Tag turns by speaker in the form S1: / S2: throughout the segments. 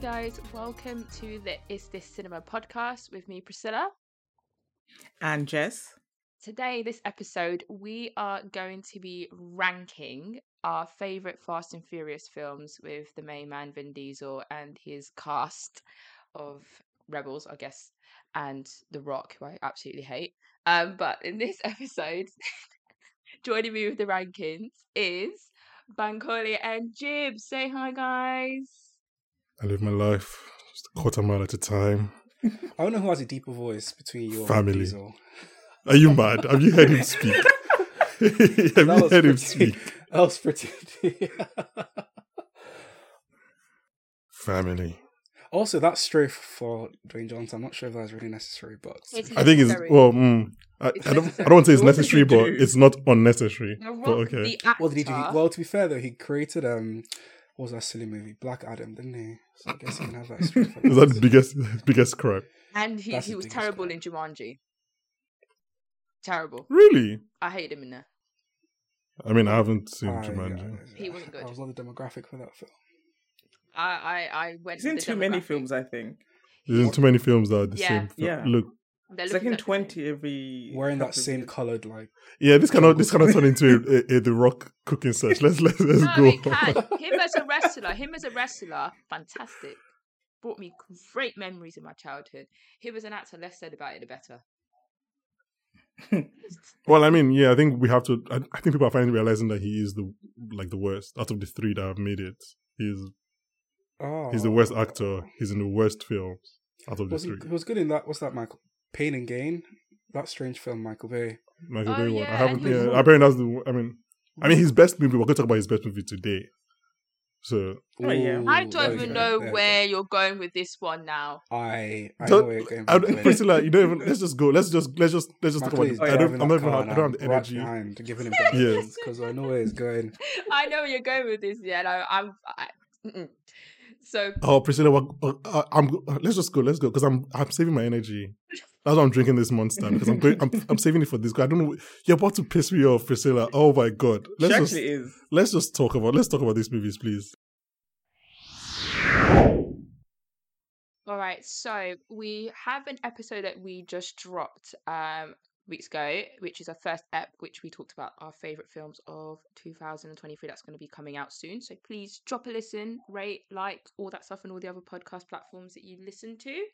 S1: guys. Welcome to the Is This Cinema podcast with me, Priscilla.
S2: And Jess.
S1: Today, this episode, we are going to be ranking our favourite Fast and Furious films with the main man, Vin Diesel, and his cast of rebels, I guess, and The Rock, who I absolutely hate. Um, but in this episode, joining me with the rankings is Bankole and Jib. Say hi, guys.
S3: I live my life just a quarter mile at a time.
S4: I don't know who has a deeper voice between you and
S3: Family.
S4: Diesel.
S3: Are you mad? Have you heard him speak? Have you
S4: That was
S3: heard him
S4: pretty-
S3: speak?
S4: That was pretty.
S3: Family.
S4: also, that strophe for Dwayne Johnson. I'm not sure if that's really necessary, but
S1: It's
S3: I think it's
S1: necessary.
S3: well. Mm, I,
S1: It's
S3: I don't. I
S1: necessary.
S3: don't want to say it's
S2: What did you
S3: necessary, but
S2: do?
S3: it's not unnecessary.
S1: The
S3: But
S1: Rock,
S3: okay.
S1: the actor,
S4: what did he do? Well, to be fair though, he created um, what was that silly movie? Black Adam, didn't he? So I guess he can have that strophe. for
S3: Is that the biggest biggest crap?
S1: and he,
S4: That's
S1: he
S4: the
S1: was
S4: biggest
S1: terrible
S4: crap.
S1: in Jumanji. Terrible.
S3: Really?
S1: I hated him in there.
S3: I mean, I haven't seen
S4: I-
S3: Jumanji.
S4: I-
S1: He wasn't good.
S4: I was not the demographic for that film.
S1: I I, I went.
S2: He's in
S1: with the
S2: too many
S1: demographic.
S2: films, I think.
S3: There's too many films that are the
S1: Yeah.
S3: same. Film.
S2: Yeah.
S3: Look.
S1: They're
S2: It's
S1: looking
S2: like in
S1: at the same.
S2: twenty every.
S4: Wearing that
S2: couple of
S4: same
S2: years.
S4: coloured like.
S3: Yeah. This cannot. This cannot turn into a, a, a The Rock cooking search. Let's let's let's
S1: No,
S3: go.
S1: it can. Him as a wrestler, him as a wrestler, fantastic. Brought me great memories of my childhood. Him as an actor, less said about it, the better.
S3: Well, I mean, yeah. I think we have to. I, I think people are finally realizing that he is the like the worst out of the three that have made it. He's
S4: Oh,
S3: He's the worst actor. He's in the worst films out of the
S4: Was he,
S3: three.
S4: he was good in that. What's that? Michael Pain and Gain. That strange film, Michael Bay.
S3: Michael
S1: Oh,
S3: Bay one.
S1: yeah,
S3: I haven't.
S1: and
S3: Yeah,
S1: he's-
S3: apparently that's the. I mean, I mean, his
S4: Mm.
S3: best movie. We're going to talk about his best movie today. So
S2: Oh, yeah.
S4: Ooh,
S1: I
S4: there
S1: don't
S4: we
S1: even
S4: go,
S1: know
S4: there we go.
S1: where you're going with this one now.
S4: I I
S3: Don't-
S4: know where you're going.
S3: I,
S4: Michael Bay.
S3: Priscilla, you don't even. Let's just go. Let's just let's just let's just talk about.
S4: Michael
S3: It.
S4: is
S2: Oh, yeah,
S3: I don't.
S4: driving
S3: I'm
S4: that
S3: not even.
S4: car
S3: I
S4: and
S3: don't have the
S4: I'm right
S3: energy.
S4: behind, giving him
S3: Yes.
S4: because I know where he's going.
S1: I know where you're going with this. Yeah, no, I'm. I, mm-mm. so
S3: Oh, Priscilla, what, uh, I'm. uh, Let's just go. Let's go because I'm. I'm saving my energy. That's why I'm drinking this monster because I'm going. I'm, I'm saving it for this. 'cause I don't know. You're about to piss me off, Priscilla. Oh my god.
S2: She
S3: Let's just
S2: actually is.
S3: let's just talk about let's talk about these movies, please.
S1: All right, so we have an episode that we just dropped um weeks ago, which is our first ep, which we talked about our favorite films of 2023. That's going to be coming out soon, so please drop a listen, rate, like, all that stuff, and all the other podcast platforms that you listen to.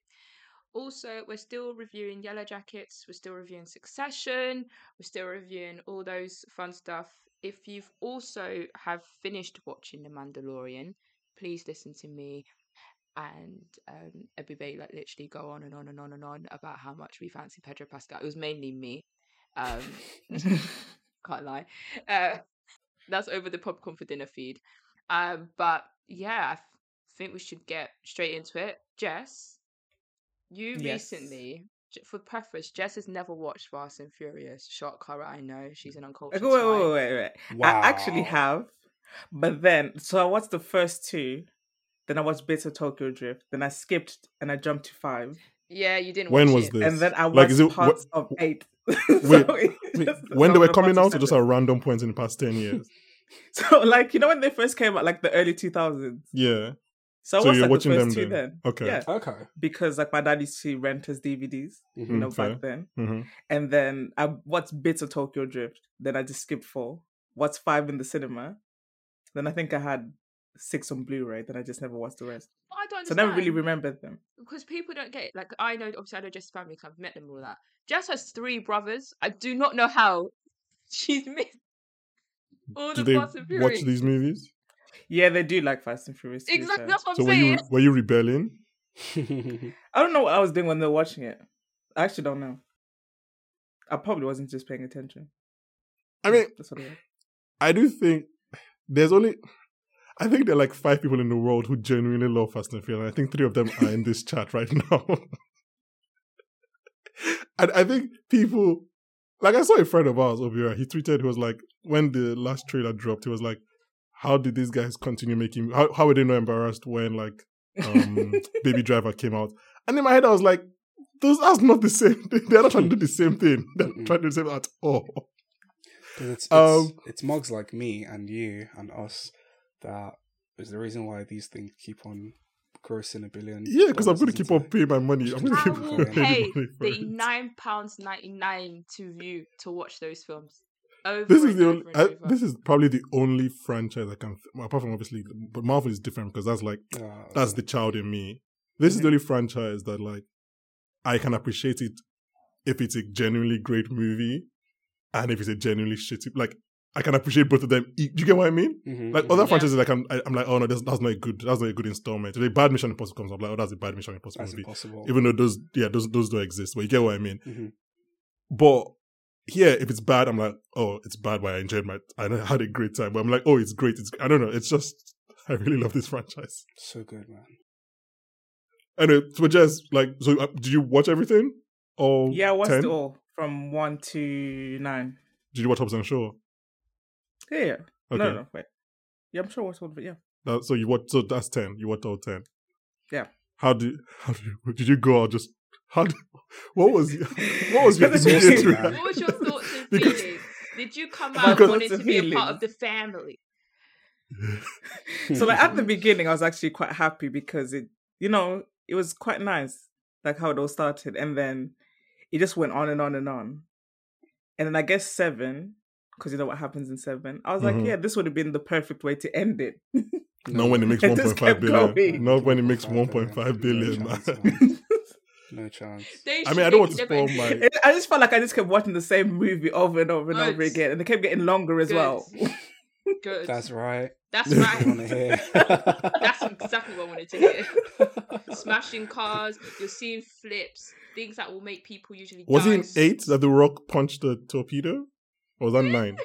S1: Also, we're still reviewing Yellow Jackets, we're still reviewing Succession, we're still reviewing all those fun stuff. If you've also have finished watching The Mandalorian, please listen to me and um Ebby Bay like literally go on and on and on and on about how much we fancy Pedro Pascal. It was mainly me. Um can't lie. Uh that's over the popcorn for dinner feed. Um but yeah, I f- think we should get straight into it. Jess, you
S2: Yes.
S1: recently j- for preface, Jess has never watched Fast and Furious. Shock horror, I know. She's an uncultured.
S2: Okay, wait,
S1: swine.
S2: wait, wait, wait.
S4: Wow.
S2: I actually have, but then so I watched the first two, then I watched Bits of Tokyo Drift, then I skipped and I jumped to five,
S1: Yeah, you didn't
S3: When
S1: watch
S3: was
S1: it.
S3: this?
S2: and then I watched
S3: Like, is it-
S2: parts of eight. Wait,
S3: Wait, when they were coming out, or just at random points in the past ten years.
S2: so like you know when they first came out, like the early two thousands.
S3: Yeah.
S2: So I
S3: So
S2: watched
S3: you're
S2: like,
S3: watching
S2: the
S3: them
S2: first two
S3: then?
S2: then.
S3: Okay.
S2: Yeah,
S4: Okay.
S2: because like my dad used to rent his DVDs, you
S4: Mhm.
S2: know,
S3: Mm, fair.
S2: back then.
S3: hmm
S2: and then I watched bits of Tokyo Drift. Then I just skipped four. What's five in the cinema? Then I think I had six on Blu-ray. Then I just never watched the rest.
S1: I don't
S2: So I never really
S1: understand.
S2: remembered them.
S1: because people don't get it. Like I know, obviously, I know Jess's family. 'cause I've met them all that. Jess has three brothers. I do not know how she's missed all
S3: Do
S1: the
S3: they
S1: Fast and Furious.
S3: watch these movies?
S2: Yeah, they do like Fast and Furious. to be
S1: Exactly,
S2: fair.
S1: that's what I'm
S3: so were
S1: saying.
S3: you were you rebelling? Mm.
S2: I don't know what I was doing when they were watching it. I actually don't know. I probably wasn't just paying attention.
S3: I mean,
S2: That's what it was.
S3: I do think there's only I think there are like five people in the world who genuinely love Fast and Furious. and I think three of them are in this chat right now. and I think people like I saw a friend of ours over here, he tweeted he was like when the last trailer dropped, he was like, How did these guys continue making how how were they not embarrassed when like um Baby Driver came out? And in my head I was like, those that's not the same thing. They're not trying to do the same thing. They're not
S4: Mm-mm.
S3: trying to do the same at all.
S4: 'Cause it's, it's,
S3: Um,
S4: it's mugs like me and you and us that is the reason why these things keep on grossing a billion.
S3: Yeah, because I'm going
S4: dollars,
S3: to
S4: isn't
S3: keep on
S4: it?
S3: paying my money. I'm going to
S1: I
S3: keep
S4: Good
S1: will
S3: on
S1: pay
S4: for
S3: paying money for
S1: the
S3: it.
S1: nine pounds ninety nine to view to watch those films. Over
S3: This
S1: and
S3: is the
S1: over
S3: only,
S1: and
S3: I,
S1: over.
S3: this is probably the only franchise I can, well, apart from obviously, but Marvel is different because that's like
S4: Ah,
S3: that's the child in me. This
S1: Mm-hmm.
S3: is
S2: Mhm.
S3: the only franchise that like I can appreciate it if it's a genuinely great movie and if it's a genuinely shitty like I can appreciate both of them. E- Do you get what I mean?
S4: mhm,
S3: Like
S4: mhm.
S3: other
S1: Yeah.
S3: franchises, like I'm, I- I'm like, oh no, that's, that's not a good, that's not a good installment. If a bad Mission Impossible comes, up, like, oh, that's a bad Mission Impossible
S4: That's
S3: movie,
S4: impossible.
S3: even though those, yeah, those those don't exist. But you get what I mean.
S2: Mm-hmm.
S4: Mhm.
S3: But here, if it's bad, I'm like, oh, it's bad. But I enjoyed my, I had a great time. But I'm like, oh, it's great. It's, I don't know. It's just, I really love this franchise.
S4: So good, man.
S3: Anyway, so Jess, like, so uh, did you watch everything? All
S2: Yeah, I watched
S3: 10?
S2: it all from one to nine.
S3: Did you watch Hobbs and Shaw?
S2: Yeah, yeah.
S3: Okay,
S2: No, no, no, wait. Yeah, I'm sure I watched all of it. Yeah.
S3: That- so you watched. So that's ten. You watched all ten.
S2: Yeah.
S3: How do? How do? You, did you go out just? How? Do, what was? What was your
S2: Because it's
S3: immediate
S4: awesome, man.
S3: reaction?
S1: What was your thoughts and
S3: Because-
S1: feelings? Did you come
S2: My
S1: out
S2: thoughts
S1: wanting
S2: and
S1: to be a part
S2: feelings.
S1: of the family?
S2: So like at the beginning, I was actually quite happy because it, you know, it was quite nice, like how it all started, and then it just went on and on and on, and then I guess seven, because you know what happens in seven. I was
S3: Mhm.
S2: like, yeah, this would have been the perfect way to end it.
S3: Not when it makes
S2: It
S3: one
S2: just
S3: point five
S2: kept
S3: billion.
S2: going.
S3: Not when it makes one
S4: 1.5
S3: point five billion.
S4: No
S3: man.
S4: chance, man. No chance.
S1: They
S3: I
S1: should
S3: mean,
S1: make
S3: I don't want
S1: it
S3: to
S1: different.
S3: spoil my.
S2: It- I just felt like I just kept watching the same movie over and over and over
S1: Good.
S2: again, and it kept getting longer as
S1: Good.
S2: well.
S1: Good. That's,
S4: That's right. I
S1: right.
S4: want to hear.
S1: That's exactly what I wanted to hear. Smashing cars, you're seeing flips, things that will make people usually
S3: Was
S1: die.
S3: it in eight that The Rock punched the torpedo? Or was that
S4: Mm.
S3: nine?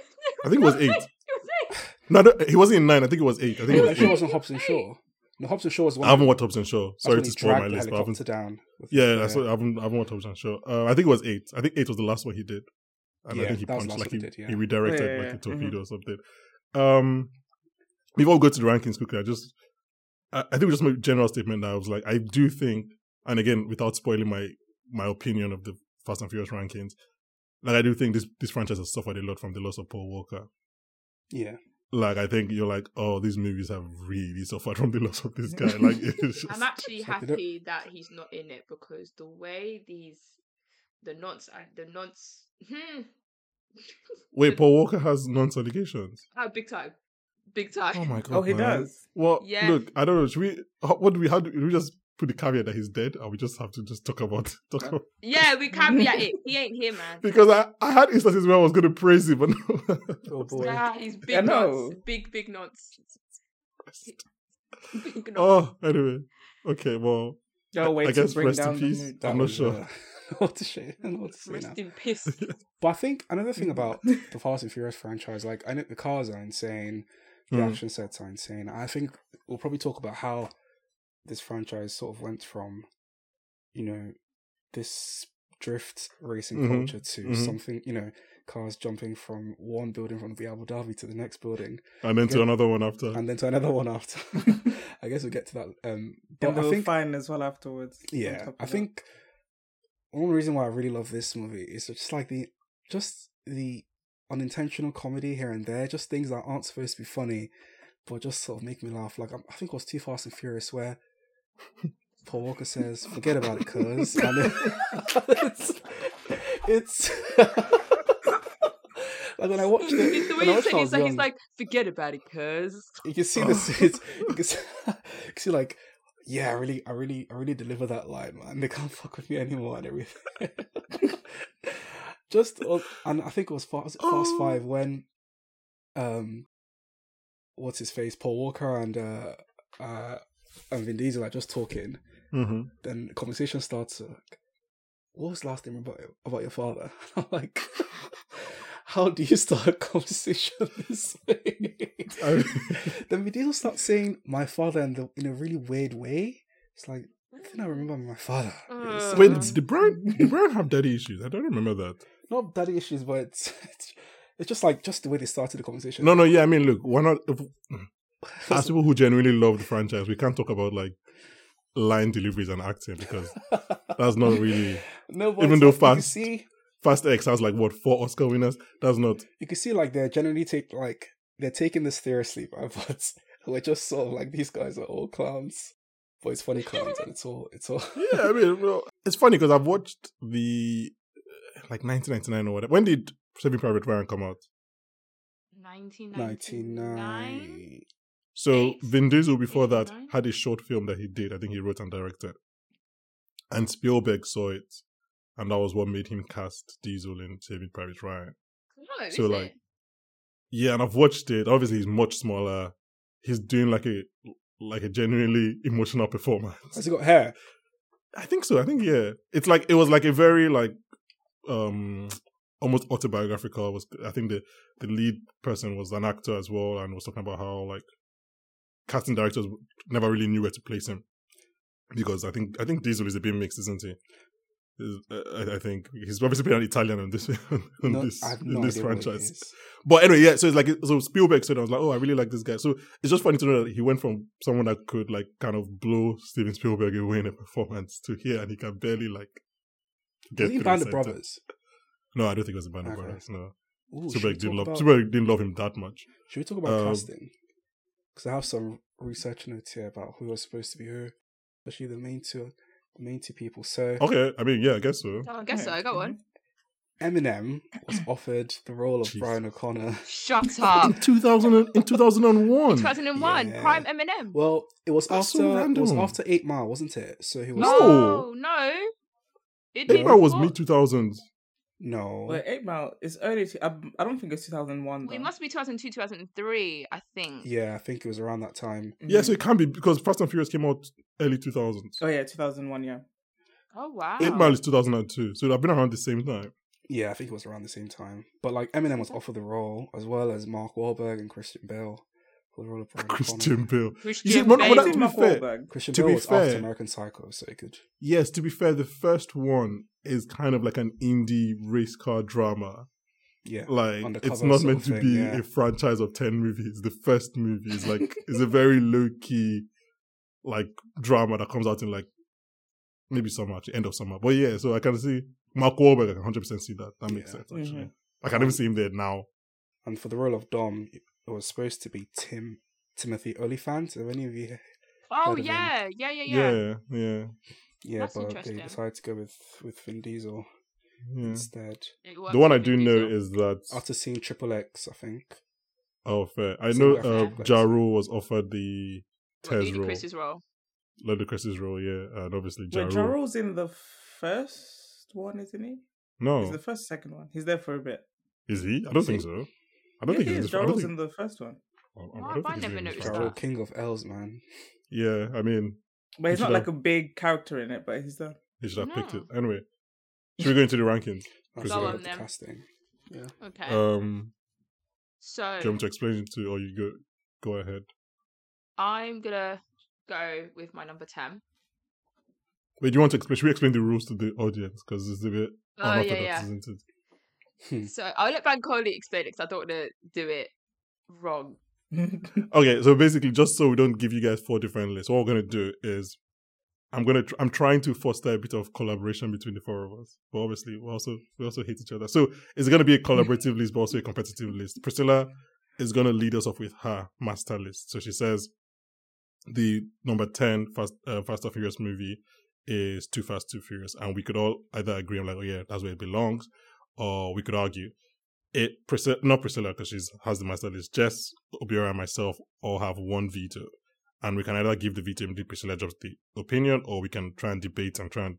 S3: I think it was eight. No, no, he wasn't in nine. I think it was eight. I think
S4: It
S3: it
S4: was,
S3: was
S4: it
S3: eight.
S4: wasn't Hobson Shaw. No, Hobson Shaw was one.
S3: I haven't watched Hobbs and Shaw.
S4: that's when
S3: Sorry
S4: he
S3: to spoil my
S4: dragged the
S3: list, but I haven't
S4: helicopter down. with-
S3: Yeah, that's what I haven't, I haven't watched Hobbs and Shaw. Uh, I think it was eight. I think eight was the last one he did, and I
S4: Yeah,
S3: think he
S4: that was the
S3: punched
S4: last
S3: like he,
S4: one he did, yeah. Mm-hmm.
S3: he redirected
S2: Yeah, yeah,
S3: like
S2: yeah.
S3: a torpedo or something. Um, before we go to the rankings quickly, I just I, I think just my general statement that I was like I do think, and again without spoiling my my opinion of the Fast and Furious rankings, like I do think this this franchise has suffered a lot from the loss of Paul Walker.
S4: Yeah.
S3: Like I think you're like oh these movies have really suffered from the loss of this guy. Like it's just,
S1: I'm actually
S4: Just happy that-
S1: happy that he's not in it because the way these the nonce the nonce hmm,
S3: wait Paul Walker has nonce allegations.
S1: oh, big time, big time.
S3: Oh my god!
S2: oh, he
S3: man.
S2: does.
S3: Well,
S1: Yeah.
S3: look, I don't know. Should we? How, what do we? How do, do we just put the caveat that he's dead, and we just have to just talk about talk about,
S1: Yeah, we can't be at it. He ain't here, man.
S3: because I I had instances where I was going to praise him, but no.
S4: Oh boy.
S1: Nah, he's big
S2: I know.
S1: nonce, big big nonce. Big nonce.
S3: oh, anyway, okay. Well,
S2: No way
S3: I
S2: to
S3: guess
S2: bring
S3: rest in
S2: down the
S3: peace.
S2: mood.
S4: That
S3: I'm not
S4: was,
S3: sure.
S4: uh, what to say. I don't know what to say now.
S1: Rest in peace.
S4: But I think another thing
S1: Mm.
S4: about the Fast and Furious franchise, like I know the cars are insane, the
S3: Mm.
S4: action sets are insane. I think we'll probably talk about how this franchise sort of went from, you know, this drift racing
S3: Mhm.
S4: culture to
S3: Mhm.
S4: something, you know, cars jumping from one building from the Abu Dhabi to the next building
S3: and then to
S4: Yeah.
S3: another one after.
S4: and then to another one after. I guess we'll get to that. Um,
S2: and
S4: but
S2: they
S4: I
S2: were
S4: think
S2: fine as well afterwards. on
S4: yeah,
S2: top of
S4: I
S2: that.
S4: think one reason why I really love this movie is just like the just the unintentional comedy here and there, just things that aren't supposed to be funny, but just sort of make me laugh. Like i I think it was Too Fast and Furious where Paul Walker says, "Forget about it, cuz," and then- it's it's like when I watched it.
S1: the way
S4: when
S1: he
S4: I watched it,
S1: said
S4: I
S1: he's
S4: was
S1: like, he's
S4: young
S1: like, forget about it, cuz.
S4: you can see this it's, you, can see, you can see like yeah i really i really i really deliver that line man they can't fuck with me anymore and everything just uh, and i think it was fast, fast
S3: Oh.
S4: five when um what's his face paul walker and uh uh and vin diesel are just talking
S3: Mhm.
S4: then the conversation starts uh, like, what was the last thing about about your father? I'm like, how do you start a conversation this way?
S3: I-
S4: then we did start saying my father in the in a really weird way. It's like I think I remember my father. It's
S1: Uh.
S3: Wait,
S1: Um.
S3: did Brown did Brown have daddy issues? I don't remember that.
S4: not daddy issues, but it's, it's it's just like just the way they started the conversation.
S3: No, no, yeah. I mean, look, why not? If,
S4: That's-
S3: as people who genuinely love the franchise, we can't talk about like line deliveries and acting because that's not really
S4: no, but
S3: even
S4: it's
S3: though
S4: like,
S3: fast-
S4: You can see,
S3: Fast X has like what four Oscar winners. That's not
S4: you can see like they're generally take like they're taking this seriously, man, but we're just sort of like these guys are all clowns. but it's funny clowns and it's all it's all
S3: yeah, I mean, well, it's funny because I've watched the like 1999 or whatever. When did Saving Private Ryan come out?
S1: 1999.
S4: 99
S3: So
S1: Eight.
S3: Vin Diesel before that
S1: 89?
S3: had a short film that he did. I think he wrote and directed, and Spielberg saw it, and that was what made him cast Diesel in Saving Private Ryan.
S1: No,
S3: So,
S1: is
S3: like,
S1: it?
S3: Yeah, and I've watched it. Obviously, he's much smaller. He's doing like a like a genuinely emotional performance.
S4: has he got hair
S3: I think so. I think yeah. It's like it was like a very like um almost autobiographical. Was I think the the lead person was an actor as well, and was talking about how like casting directors never really knew where to place him because I think I think Diesel is a bit mixed, isn't he? Is- I, I- I think he's obviously been an Italian on this on
S4: no,
S3: this
S4: I have
S3: in
S4: no
S3: this
S4: idea what it
S3: franchise.
S4: is.
S3: But anyway, yeah. So it's like so Spielberg said I was like, oh, I really like this guy. So it's just funny to know that he went from someone that could like kind of blow Steven Spielberg away in a performance to here, and he can barely like get
S4: was he in
S3: through
S4: Band of
S3: sentence.
S4: Brothers
S3: No, I don't think it was the Band of
S4: Okay.
S3: Brothers. No,
S4: Ooh, should, we
S3: Spielberg
S4: talk
S3: didn't love
S4: about,
S3: Spielberg didn't love him that much.
S4: should we talk about
S3: um,
S4: casting because I have some research notes here about who was supposed to be who especially the main two the main two people so
S3: Okay, I mean, yeah, I guess so.
S1: Oh, I guess so. Go on.
S4: Eminem was offered the role of
S3: Jesus.
S4: Brian O'Connor
S1: Shut up.
S3: two thousand in two thousand and one.
S1: 2001,
S4: Yeah.
S1: Prime Eminem.
S4: Well, it was
S3: That's
S4: after
S3: so
S4: it was
S3: random.
S4: after Eight Mile, wasn't it? So he was
S1: no,
S3: No.
S1: Oh, no. It did
S3: April was
S1: what?
S3: mid two thousands.
S4: Mm-hmm. no.
S2: Well, Eight Mile is early. T- I, I don't think it's 2001.
S1: Well, it
S2: though.
S1: must be 2002, 2003, I think.
S4: Yeah, I think it was around that time.
S3: Yeah, so it can be because Fast and Furious came out early two thousands.
S2: Oh yeah, 2001. Yeah.
S1: Oh wow.
S3: Eight Mile is two thousand and two, so they've been around the same time.
S4: Yeah, I think it was around the same time. But like Eminem was offered the role as well as Mark Wahlberg and Christian Bale for the role of Brian
S3: Christian
S4: O'Connor.
S3: Bale.
S1: Christian
S3: see, when- when
S1: Bale.
S3: I-
S2: Mark
S3: be fair,
S2: Wahlberg.
S4: Christian
S3: To
S4: Bale
S3: be
S4: was after
S3: fair-
S4: American Psycho, so it could.
S3: Yes, to be fair, the first one is kind of like an indie race car drama.
S4: Yeah,
S3: Like
S4: Undercover
S3: it's not
S4: sort
S3: meant
S4: of
S3: to
S4: thing,
S3: be
S4: yeah.
S3: a franchise of ten movies. The first movie is like is a very low key like drama that comes out in like maybe summer, actually, end of summer. But yeah, so I can see Mark Wahlberg. I can hundred percent see that. That makes
S4: Yeah.
S3: sense. Actually,
S2: Mhm.
S3: I can even see him there now.
S4: and for the role of Dom, it was supposed to be Tim Timothy Olyphant. Have any of you?
S1: Oh
S4: Heard of him.
S1: yeah, yeah, yeah, yeah.
S3: Yeah, yeah,
S4: Yeah,
S1: That's
S4: but they
S1: interesting.
S4: decided to go with with Vin Diesel
S3: yeah.
S4: instead.
S1: It worked
S3: The one I
S1: with
S3: do
S1: Vin
S3: know
S1: Diesel.
S3: is that
S4: After seeing Triple X, I think.
S3: Oh, fair. I
S4: So
S3: know
S4: we have
S3: uh,
S4: Netflix.
S3: Ja Rule was offered the
S1: Well,
S3: Tez role,
S1: Ludacris's role.
S3: Ludacris's role, yeah, uh, and obviously Ja
S2: Wait, Ja
S3: Rule.
S2: Rule's in the first one, isn't he? He's
S3: No,
S2: the first, second one. He's there for a bit.
S3: is he? I don't
S4: Is
S3: think
S4: he?
S3: so. I don't
S2: Yeah,
S3: think
S2: he
S3: he's.
S2: is.
S3: in
S2: Ja
S3: the- I don't
S2: Rule's
S3: think.
S2: in the first one,
S3: I- I- I
S1: Why
S3: don't
S1: have I
S3: think he's
S1: never
S3: in the
S1: noticed
S4: Ja
S3: first
S1: that?
S4: Rule,
S3: one.
S4: King of L's, man.
S3: Yeah, I mean,
S2: but he's
S3: You
S2: not
S3: should
S2: like a big character in it. But he's there.
S3: he should have picked it
S1: No.
S3: anyway. Should we go into the rankings?
S4: That's
S3: Go
S4: where I
S3: on
S4: got the
S1: then.
S4: casting. Yeah.
S1: Okay.
S3: Um,
S1: so
S3: do you want me to explain it to, or you go go ahead?
S1: I'm gonna go with my number ten.
S3: Wait, do you want to explain? Should we explain the rules to the audience because it's a bit
S1: Oh yeah,
S3: unorthodox,
S1: yeah.
S3: isn't it?
S1: So I'll let Bancoli explain it because I don't want to do it wrong.
S3: Okay, so basically, just so we don't give you guys four different lists, what we're gonna do is I'm gonna tr- I'm trying to foster a bit of collaboration between the four of us, but obviously we also we also hate each other. So it's gonna be a collaborative list, but also a competitive list. Priscilla is gonna lead us off with her master list. So she says the number ten Fast uh, Fast and Furious movie is Too Fast Too Furious, and we could all either agree, I'm like, oh yeah, that's where it belongs, or we could argue it Priscilla, not Priscilla, because she's has the master list. Jess, Obiora, and myself all have one veto, and we can either give the veto and Priscilla drops the opinion, or we can try and debate and try and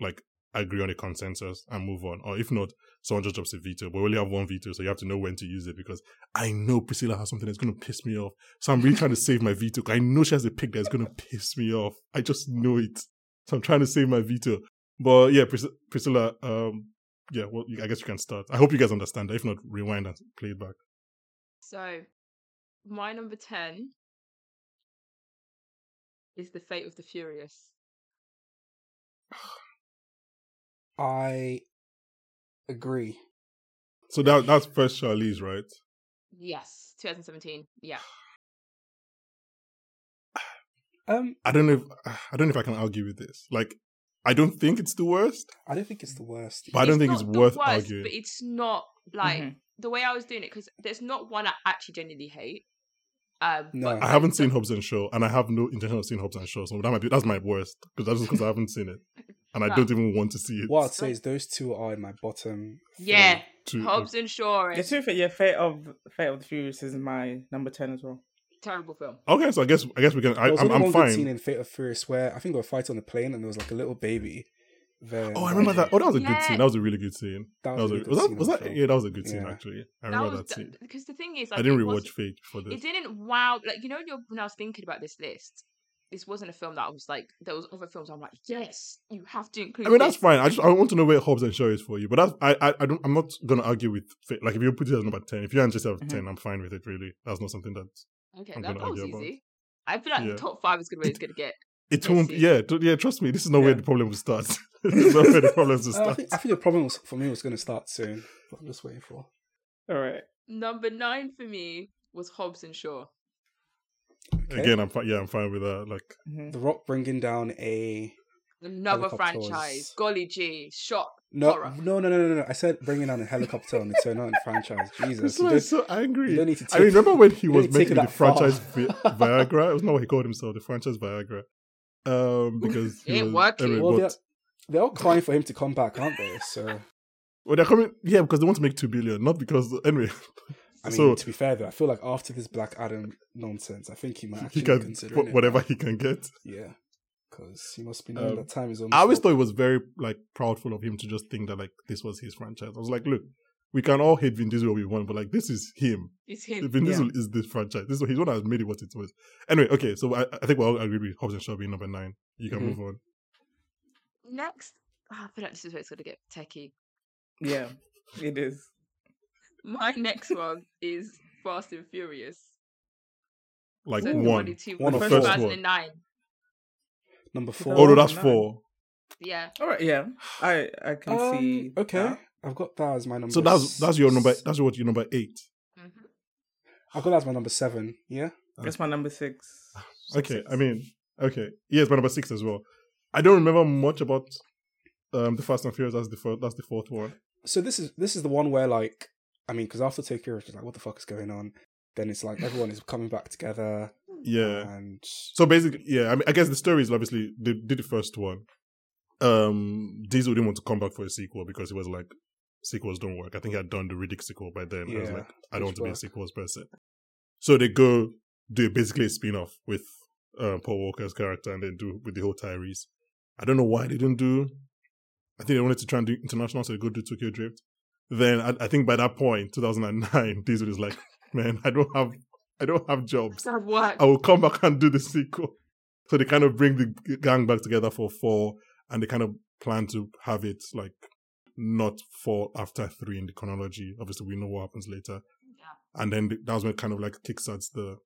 S3: like agree on a consensus and move on. Or if not, someone just drops a veto. But we only have one veto, so you have to know when to use it because I know Priscilla has something that's gonna piss me off. So I'm really trying to save my veto. 'cause I know she has a pick that's gonna piss me off. I just know it. So I'm trying to save my veto. But yeah, Pris- Priscilla, um, yeah, well, you- I guess you can start. I hope you guys understand. that. If not, rewind and play it back.
S1: So my number ten is the Fate of the Furious.
S4: I agree.
S3: So that that's first Charlize, right?
S1: Yes, 2017. Yeah.
S4: Um,
S3: I don't know. If, I don't know if I can argue with this. Like, I don't think it's the worst.
S4: I don't think it's the worst.
S3: But I don't think
S1: not
S3: it's
S1: the
S3: worth
S1: worst,
S3: arguing.
S1: But it's not like
S2: Mhm.
S1: the way I was doing it because there's not one I actually genuinely hate. Um,
S4: No.
S3: I haven't seen Hobbs and Shaw, and I have no intention of seeing Hobbs and Shaw. So that might be that's my worst because that's because I haven't seen it, and I
S1: No.
S3: don't even want to see it.
S4: What I'd say is those two are in my bottom. three.
S1: Yeah,
S3: To-
S1: Hobbs and Shaw
S2: Yeah,
S1: is
S2: to be fair, yeah, Fate of Fate of the Furious is my number ten as well.
S1: terrible film.
S3: Okay, so I guess I guess we can. I,
S4: There was
S3: I'm,
S4: only
S3: I'm
S4: one good scene
S3: fine.
S4: in Fate of Furious where I think they were fighting on the plane and there was like a little baby. There
S3: Oh, I remember that. Oh, that was a good
S1: Yeah.
S3: scene. That was a really good scene. That was,
S4: a
S3: a,
S4: really good
S3: was
S4: scene
S3: that was
S4: on the
S3: that
S4: film.
S3: yeah. That was a good scene
S4: Yeah.
S3: actually. I
S1: That
S3: remember
S1: was
S3: that, scene.
S1: because the thing is, like,
S3: I didn't
S1: it was-
S3: rewatch Fate for this.
S1: It didn't wow, like you know, when, you're, when I was thinking about this list, this wasn't a film that I was like. There was other films I'm like, yes, you have to include.
S3: I mean, that's
S1: this."
S3: fine. I just I want to know where Hobbs and Shaw is for you, but that's I I, I don't I'm not gonna argue with Fate. Like if you put it as number ten, if you answer yourself
S4: Mm-hmm.
S2: Mhm.
S3: ten, I'm fine with it. Really, that's not something that
S1: Okay,
S3: I'm
S1: that,
S3: gonna
S1: that was
S3: argue about.
S1: easy. I feel like
S3: Yeah.
S1: the top five is gonna where
S3: It-
S1: it's gonna get.
S3: it
S1: Let's
S3: won't.
S1: see.
S3: Yeah, tr- yeah. Trust me, this is not where
S2: Yeah.
S3: the problem will start. this is not where the problems will
S4: Uh, I,
S3: start.
S4: think, I think the problem was, for me was going to start soon. But I'm just waiting for.
S2: All right.
S1: Number nine for me was Hobbs and Shaw.
S4: Okay.
S3: Again, I'm fine. Yeah, I'm fine with that. Like
S2: Mhm.
S4: The Rock bringing down a
S1: Another
S4: Helicopters.
S1: franchise. Golly gee, shock.
S4: no,
S1: Horror.
S4: no, no, no, no, no. I said bringing down a helicopter on its own, not in franchise. Jesus,
S3: this
S4: you
S3: man is
S4: don't-
S3: so angry.
S4: you don't need to
S3: I
S4: take-
S3: remember when he
S4: you
S3: was
S4: don't need to
S3: making
S4: take
S3: the
S4: it that far.
S3: franchise Vi- Viagra. It was not what he called himself, the franchise Viagra. Um, because he
S1: Ain't
S3: was,
S1: working.
S3: anyway,
S4: well,
S3: but-
S4: they're, they're all crying for him to come back, aren't they? So,
S3: well, they're coming. Yeah, because they want to make two billion, not because anyway.
S4: I mean,
S3: So-
S4: to be fair though, I feel like after this Black Adam nonsense, I think he might actually
S3: He
S4: consider
S3: can wh- whatever he can get.
S4: Yeah, because he must be knowing
S3: Um,
S4: that time is almost.
S3: I always
S4: up.
S3: thought it was very like proudful of him to just think that like this was his franchise. I was like, look, we can all hate Vin Diesel all we want, but like this is him.
S1: It's him.
S3: Vin
S2: Yeah.
S3: Diesel is this franchise. This he's one that has made it what it was. Anyway, okay, so I, I think we all agree with Hobbs and Shaw being number nine. You can
S4: Mhm.
S3: move on.
S1: Next, oh, I feel like this is where it's gonna get techie.
S2: Yeah, it is.
S1: My next one is Fast and Furious.
S3: Like
S1: so the
S3: one.
S1: and two,
S4: One
S2: of
S1: from
S2: four.
S1: 2009.
S4: number four.
S3: Oh no, that's
S2: Nine.
S3: four.
S1: Yeah,
S2: All right. Yeah, I I can
S4: Um,
S2: see.
S4: okay,
S2: that.
S4: I've got that as my number.
S3: So that's that's your number.
S4: s-
S3: That's what your number eight.
S1: hmm
S4: I've got that as my number seven. Yeah,
S2: That's my number six.
S3: Okay, I mean, okay, yes, my number six as well. I don't remember much about um the Fast and Furious. That's the first, that's the fourth one.
S4: so this is this is the one where like I mean, because after Tokyo, it's just like what the fuck is going on? Then it's like everyone is coming back together,
S3: Yeah.
S4: and
S3: So basically, yeah, I mean, I guess the story is obviously they did the first one. Um, Diesel didn't want to come back for a sequel because he was like, sequels don't work. I think he had done the Riddick sequel by then. I was
S4: Yeah,
S3: like, I don't want
S4: which
S3: to be a
S4: work.
S3: sequels person. So they go do basically a spin off with uh, Paul Walker's character and then do with the whole Tyrese. I don't know why they didn't do. I think they wanted to try and do international, so they go do Tokyo Drift. Then I, I think by that point, 2009, Diesel is like, man, I don't have, I don't have jobs.
S1: It's hard work.
S3: I will come back and do the sequel. So they kind of bring the g- gang back together for four, and they kind of plan to have it like not four after three in the chronology. Obviously, we know what happens later,
S1: Yeah.
S3: and then th- that's when it kind of like kickstarts the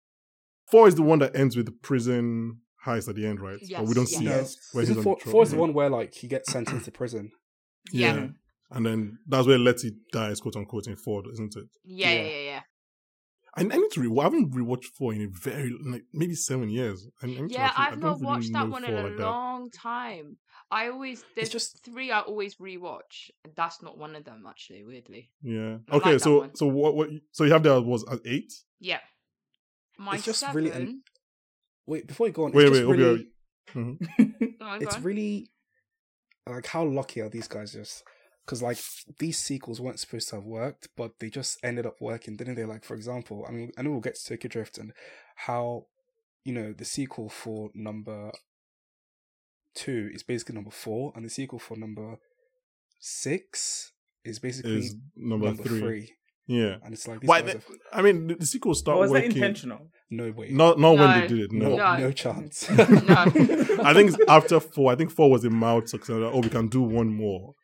S3: four is the one that ends with the prison heist at the end, right? but we
S1: Yes,
S3: don't
S1: yes.
S3: see
S2: No.
S3: it. Where
S4: Isn't
S3: he's on
S4: four,
S3: trial,
S4: four is the
S3: yeah.
S4: one where like he gets sentenced to prison.
S1: Yeah.
S3: Yeah. and then that's where Letty dies, quote unquote, in four, isn't it?
S1: Yeah,
S4: Yeah.
S1: yeah, yeah, yeah.
S3: I, I need to rewatch. I haven't rewatched four in a very like maybe seven years. I, I need to
S1: Yeah,
S3: actually- I
S1: I've
S3: don't
S1: not
S3: really
S1: watched that
S3: know
S1: one in
S3: four
S1: a
S3: like that.
S1: long time. I always there's
S4: just-
S1: just three I always rewatch. and That's not one of them actually, weirdly.
S3: Yeah.
S1: I like
S3: Okay.
S1: that
S3: so
S1: one. so
S3: so what what so you have that was at eight?
S1: Yeah. My
S4: It's just
S1: seven.
S4: really an- Wait, before you go on,
S3: Wait,
S4: it's just
S3: wait, Obi-
S4: really,
S1: Go on, go
S4: it's
S1: on.
S4: really like how lucky are these guys just because like these sequels weren't supposed to have worked but they just ended up working didn't they like for example i mean i know we'll get to tokyo drift and how you know the sequel for number two is basically number four and the sequel for number six is basically
S3: Is number,
S4: number
S3: three.
S4: three.
S3: Yeah.
S4: and it's like these
S3: Why
S4: guys
S3: the-
S4: have
S3: I mean the, the sequel
S2: But
S3: started
S2: was that
S3: working.
S2: intentional?
S4: no way
S3: Not not when
S1: No.
S3: they did it. No.
S4: no,
S1: No.
S4: no chance
S1: No.
S3: I think it's after four. I think four was a mild success. like, Oh, we can do one more.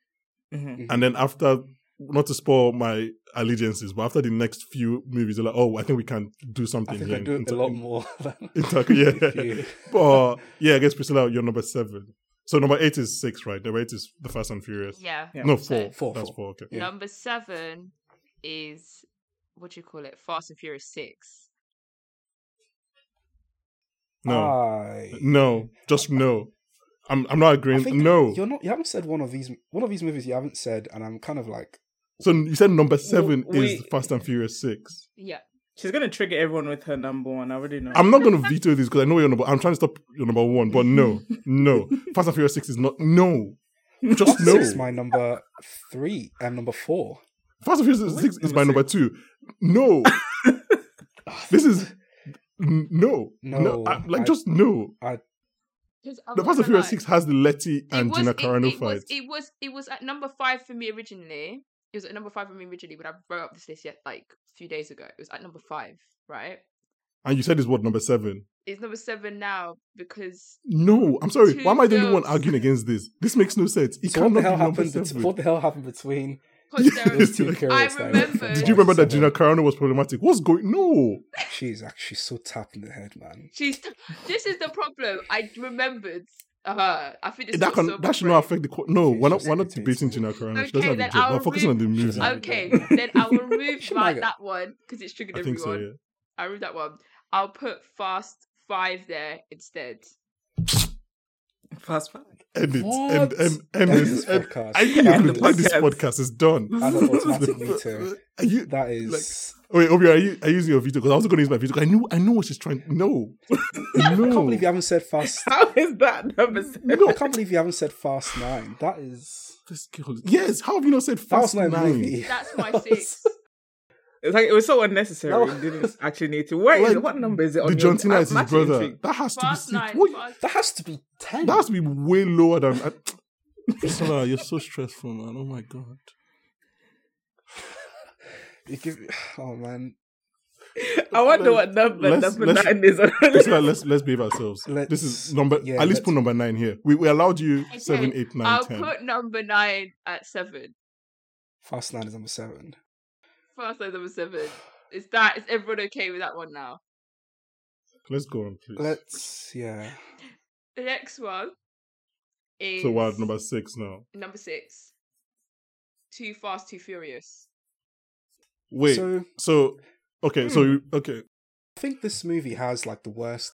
S2: Mhm.
S3: And then after, not to spoil my allegiances, but after the next few movies, they're like, oh, I think we can do
S4: i
S3: something
S4: think
S3: here.
S4: i do it a
S3: Inter-
S4: lot more than
S3: inter- yeah.
S4: you.
S3: but yeah, I guess Priscilla, you're number seven. So number eight is six, right? Number eight is the Fast and Furious.
S1: Yeah.
S2: Yeah.
S3: No,
S1: So-
S3: four.
S4: Four,
S3: That's
S4: four.
S3: four. Okay.
S4: Yeah.
S1: Number seven is what do you call it? Fast and Furious Six.
S3: No.
S4: Ah. I-
S3: No, just no. I'm I'm not
S4: I
S3: agreeing.
S4: think
S3: No.
S4: you're not. You haven't said one of these. One of these movies you haven't said, and I'm kind of like,
S3: So
S4: Oh,
S3: you said number seven
S2: W-
S3: is
S2: we-
S3: Fast and Furious six.
S1: Yeah.
S2: She's gonna trigger everyone with her number one. I already know.
S3: I'm not going to veto this because I know you're number. I'm trying to stop your number one, but no, no. Fast and Furious Six is not. No, just no.
S4: Six my number three and number four.
S3: Fast and Furious Six is my number two. No, this is n- no, no.
S4: No,
S3: I- like
S4: I-
S3: just no.
S1: I'm
S3: The
S1: not
S3: Fast and
S1: gonna
S3: Furious
S1: lie.
S3: Six has the Letty
S1: It
S3: and
S1: was-
S3: Gina
S1: it-
S3: Carano
S1: it was-
S3: fight.
S1: It was it was at number five for me originally. It was at number five for me originally, but I wrote up this list yet like a few days ago. It was at number five, right?
S3: and you said it's what number seven.
S1: It's number seven now because
S3: No, I'm sorry.
S1: Two
S3: Why am I the only one
S1: films.
S3: arguing against this? This makes no sense. It
S4: So
S3: cannot
S4: what the
S3: be
S4: hell
S3: number
S4: happened? bet-
S3: seven.
S4: what the hell happened between
S1: because there
S3: Yes.
S1: is
S4: those two
S3: like-
S4: characters?
S1: I
S4: that went
S1: remember-
S4: from
S1: Did Yes.
S3: Did you
S4: one to
S3: remember that Gina
S4: seven?
S3: Carano was problematic? What's going? No,
S4: She's actually so tapped in the head, man.
S1: she's. This is the problem. I remembered her. I think this
S3: that
S1: is
S3: can
S1: also
S3: that should
S1: my
S3: not
S1: brain.
S3: affect the. qu- No,
S4: She's
S3: we're not
S4: just
S3: we're not
S4: irritating.
S3: debating Gina Carano. she
S1: Okay, then
S3: doesn't have the job.
S1: I'll
S3: We're focusing on the
S4: remove-
S3: music.
S4: She's-
S1: Okay, then I will remove
S4: She
S1: like
S4: might-
S1: that one because it's triggered
S3: I think so.
S1: everyone.
S3: Yeah.
S1: I remove that one. I'll put Fast Five there instead.
S2: Fast five.
S3: End it.
S4: What?
S3: End end end
S4: End
S3: this.
S4: this
S3: End-
S4: podcast.
S3: I think you
S4: End
S3: can
S4: the
S3: apply this
S2: podcast.
S3: podcast. It's done.
S4: As an automatic veto.
S3: Are you?
S4: That is.
S3: Oh, wait, Obi, are you? Are you using your veto? Because I was going to use my veto. 'cause I knew. I know what she's trying. No.
S4: I can't believe you
S3: no.
S4: haven't said fast.
S2: How is that number seven?
S4: I can't believe you haven't said fast nine. That is.
S3: This girl. Yes. How have you not said
S4: That
S3: fast
S4: was my
S3: nine?
S4: movie.
S1: That's my six.
S2: It's like it was so unnecessary.
S4: No.
S2: It didn't actually need to. Where is
S3: Like,
S2: it? What number is it on
S3: The
S2: your?
S3: John Cena
S2: I'm
S3: is his
S2: actually
S3: brother.
S2: intrigued.
S3: That has to be
S1: Fast
S3: six.
S1: Nine.
S3: What-
S1: Fast-
S4: That has to be ten.
S3: That has to be way lower than. uh, I, Priscilla, you're so stressful, man. Oh my god.
S4: You give, oh man,
S2: I wonder what number
S3: Let's-
S2: number
S3: let's-
S2: nine is on.
S3: Priscilla, let's let's behave ourselves. this
S4: Let's-
S3: is number.
S4: yeah,
S3: at least
S4: let's-
S3: put number nine here. We, we allowed you
S1: Okay,
S3: seven, eight, nine,
S1: I'll
S3: ten.
S1: put number nine at seven.
S4: fast nine is number seven.
S1: Fast Nine number seven. Is that is everyone okay with that one now?
S3: Let's go on, please.
S4: Let's yeah.
S1: The next one is
S3: so we're at number six now.
S1: number six. Too fast, too furious.
S3: Wait. So,
S4: So
S3: okay.
S1: Hmm.
S3: So you, okay.
S4: I think this movie has like the worst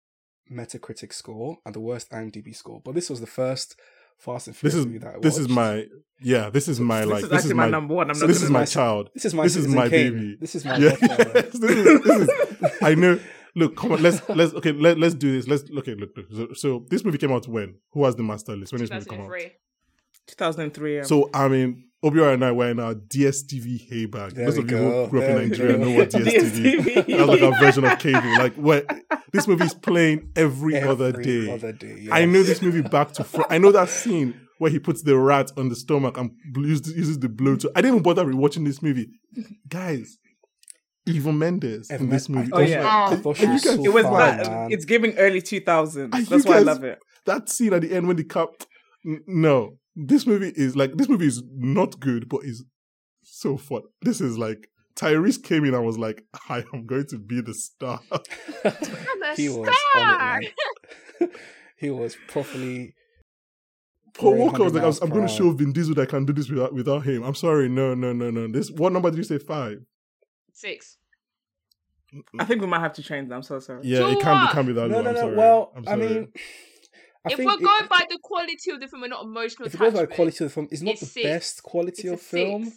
S4: Metacritic score and the worst IMDb score, but this was the first Fast and
S3: This
S4: Furious
S3: is
S4: movie that I
S3: this is
S4: watched.
S3: my yeah. This is my
S2: this
S3: like
S2: is
S3: this
S2: actually
S3: is
S2: my,
S3: my
S2: number one. I'm not
S3: this
S2: gonna
S3: is my
S2: lie.
S3: child.
S4: This is my.
S3: This is
S4: Citizen
S3: my
S4: Kane.
S3: baby.
S4: This is my.
S3: Yeah.
S4: Godfather.
S3: this is, this is, I know. Look, come on. Let's let's okay. Let, let's do this. Let's okay. Look, look. So, so this movie came out when? Who has the master list? When did this movie come out?
S1: 2003.
S2: 2003. Yeah.
S3: So I mean, Obiora and I were in our DSTV hay bag.
S4: There
S3: Those
S4: we
S3: of you
S4: go.
S3: who grew up
S4: There
S3: in
S4: we
S3: Nigeria
S4: go.
S3: know what DSTV. That's like our version of cable. Like what this movie is playing every, other
S4: Every
S3: day.
S4: Other day.
S3: I
S4: yes.
S3: know this movie back to front. I know that scene where he puts the rat on the stomach and bl- uses uses the blow to. I didn't even bother rewatching this movie, guys. Eva Mendes
S4: Evan
S3: in this
S4: Mendes-
S3: movie.
S4: I
S2: Oh, yeah.
S4: thought she- I
S1: Oh,
S4: thought she
S3: and
S4: was
S3: you
S4: so
S3: guys-
S2: it was
S4: fine,
S2: that.
S4: man.
S2: It's giving early 2000s.
S3: Are you
S2: That's why I
S3: guys-
S2: love it.
S3: that scene at the end when the cap. N- No, this movie is like this movie is not good, but is so fun. This is like Tyrese came in and was like, "I am going to be the star."
S1: I'm a
S4: he was
S1: star.
S4: on it, man. he was properly.
S3: Paul
S4: Going
S3: Walker was
S4: 100
S3: like, "I'm,
S4: miles
S3: I'm
S4: per
S3: going to
S4: hour.
S3: show Vin Diesel that I can do this without without him." I'm sorry, no, no, no, no. This what number did you say? Five.
S1: Six.
S2: I think we might have to change that. I'm so sorry.
S3: Yeah, it
S1: So
S3: can't
S1: what?
S3: be can't be that
S4: No,
S3: low.
S4: no,
S3: I'm
S4: no.
S3: sorry.
S4: Well,
S3: I'm
S4: I
S3: sorry.
S4: mean, I
S1: if
S4: think
S1: we're
S4: it-
S1: going by the quality of the film and not emotional
S4: if you go by
S1: attachment,
S4: the quality of the film, it's not
S1: it's
S4: the
S1: six.
S4: best quality
S1: it's a
S4: of film.
S1: six.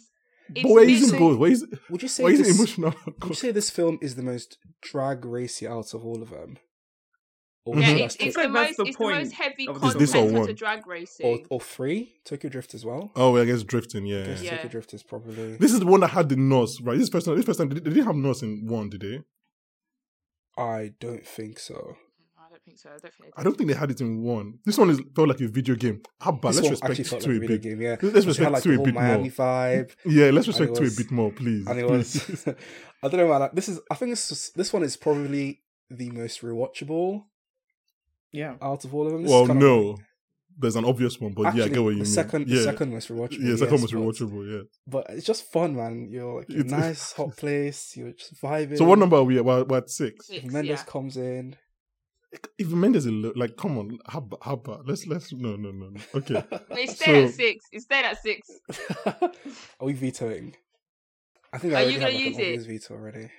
S3: but we're
S1: missing-
S3: using both. We're using,
S4: Would you say
S3: we're using
S4: this?
S3: emotional.
S4: Would you say this film is the most drag racy out of all of them? Or
S3: Mm-hmm.
S4: would
S1: Yeah,
S4: you
S2: Mhm.
S4: say
S1: it's,
S4: that's
S1: it's
S4: Tok-
S1: the
S2: like
S1: most
S2: that's the
S1: it's the most
S2: point
S1: heavy
S2: of the
S1: content
S2: film. Is this
S3: or
S1: onto
S3: one?
S1: drag racing.
S4: or or three Tokyo Drift as well.
S3: oh, I guess drifting. Yeah.
S4: I guess
S1: Yeah.
S4: Tokyo Drift is probably.
S3: This is the one that had the nurse, right? This person, this person, they they didn't have nurse in one, did they?
S4: I don't think so.
S1: Mm, I don't think so. I don't think.
S3: I don't think they had it in one. This one is felt like a video game. Abba,
S4: this
S3: let's
S4: one
S3: respect
S4: actually
S3: it
S4: felt
S3: to
S4: like a
S3: a
S4: video
S3: bit.
S4: game. Yeah,
S3: Let's
S4: It had
S3: respect
S4: like
S3: to
S4: the
S3: a
S4: whole
S3: bit
S4: Miami
S3: more.
S4: vibe,
S3: Yeah, let's
S4: and it
S3: respect to a
S4: was-
S3: bit more, please.
S4: and it
S3: please.
S4: was. I don't know about that. This is. I think this is, this one is probably the most rewatchable
S2: Yeah.
S4: out of all of them. This is
S3: well,
S4: kind of like-
S3: no, there's an obvious one, but yeah, I
S4: Actually,
S3: get what you
S4: the
S3: mean.
S4: second,
S3: yeah,
S4: the second most rewatchable.
S3: yeah, second
S4: yes,
S3: was
S4: but-
S3: rewatchable. Yeah.
S4: But, it's just fun, man. You're like in a
S3: It's-
S4: nice hot place. You're just vibing.
S3: So what number are we at? We're, we're at six.
S1: Six,
S4: Mendes
S1: yeah.
S4: comes in.
S3: If Mendes is low, like, come on, Abba, Abba, let's let's no no no. no. Okay,
S1: They stayed at
S3: So-
S1: six. It stayed at six.
S4: Are we vetoing? I think I
S1: Are
S4: already
S1: you
S4: have
S1: gonna
S4: like, an
S1: use it?
S4: obvious veto already.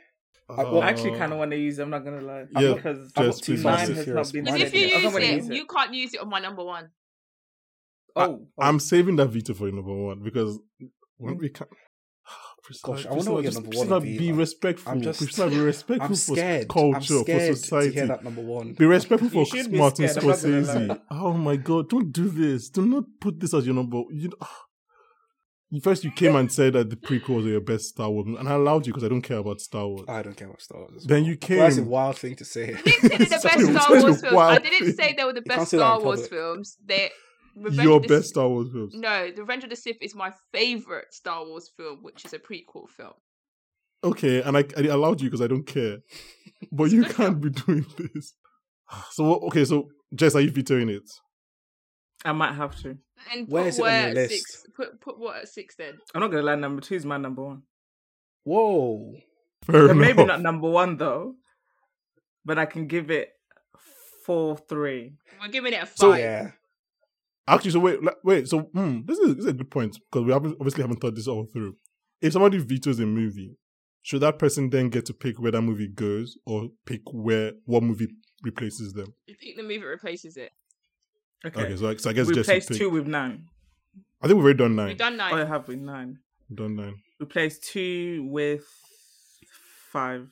S2: I actually kind of
S3: Um,
S2: want to use it. I'm not gonna lie.
S3: Yeah,
S2: Because
S4: I've got
S3: just
S4: two
S3: please
S4: Fast
S2: mine
S3: use
S4: and
S2: has
S4: Furious
S2: not been
S1: Because
S4: mine
S1: if
S2: used
S1: you
S2: yet. I
S4: is-
S1: use
S2: don't
S1: it,
S2: want to use it.
S1: you can't use it on my number one.
S2: Oh,
S3: I'm saving that veto for number one because when we can
S4: Gosh,
S3: Priscilla,
S4: I wonder what your
S3: just-
S4: number one
S3: Priscilla,
S4: would be,
S3: be
S4: like.
S3: respectful.
S4: I'm just-
S3: Priscilla, be respectful
S4: I'm
S3: for
S4: scared. I'm
S3: culture,
S4: scared
S3: for society.
S4: to hear that number one.
S3: Be respectful
S2: You
S3: for
S2: should be
S3: Martin
S2: scared, I'm not gonna
S3: Scorsese.
S2: lie.
S3: Oh my god, don't do this. Do not put this as your number. You You- first you came and said that the prequels are your best Star Wars, and I allowed you because I don't care about Star Wars.
S4: I don't care about Star Wars. as
S3: Then
S4: Uh, well.
S3: you
S4: I feel That's a
S3: came-
S4: wild thing to say.
S1: They did the best
S3: Sorry,
S1: Star
S3: sorry,
S1: Wars films.
S3: wow.
S1: I didn't say they were the
S4: You can't
S1: best
S4: say that in
S1: Star Wars
S4: public.
S1: films. They Revenge
S3: your
S1: of the
S3: best Star Wars films.
S1: No, The Revenge of the Sith is my favorite Star Wars film, which is a prequel film.
S3: Okay, and I, I allowed you because I don't care, but you can't be doing this. So what- okay, so Jess, are you vetoing it?
S2: I might have to.
S1: And put
S4: Where is it on
S1: what
S4: your
S1: at
S4: list?
S1: six? Put put what at six then?
S2: I'm not gonna lie. Number two is my number one.
S4: Whoa.
S3: Fair
S2: But
S3: enough.
S2: maybe not number one though. But I can give it four three.
S1: We're giving it a five.
S3: So-
S4: yeah.
S3: Actually, so wait, like, wait. So hmm, this is this is a good point because we haven't, obviously haven't thought this all through. If somebody vetoes a movie, should that person then get to pick where that movie goes or pick where what movie replaces them?
S1: You pick the movie that replaces it.
S2: Okay.
S3: Okay, so, I, so I guess
S2: we
S3: Jess should
S2: placed
S3: pick.
S2: two with nine.
S3: I think we've already done
S1: We've
S3: nine.
S1: done nine.
S2: Oh, have we nine?
S3: Done nine.
S2: We placed two with five.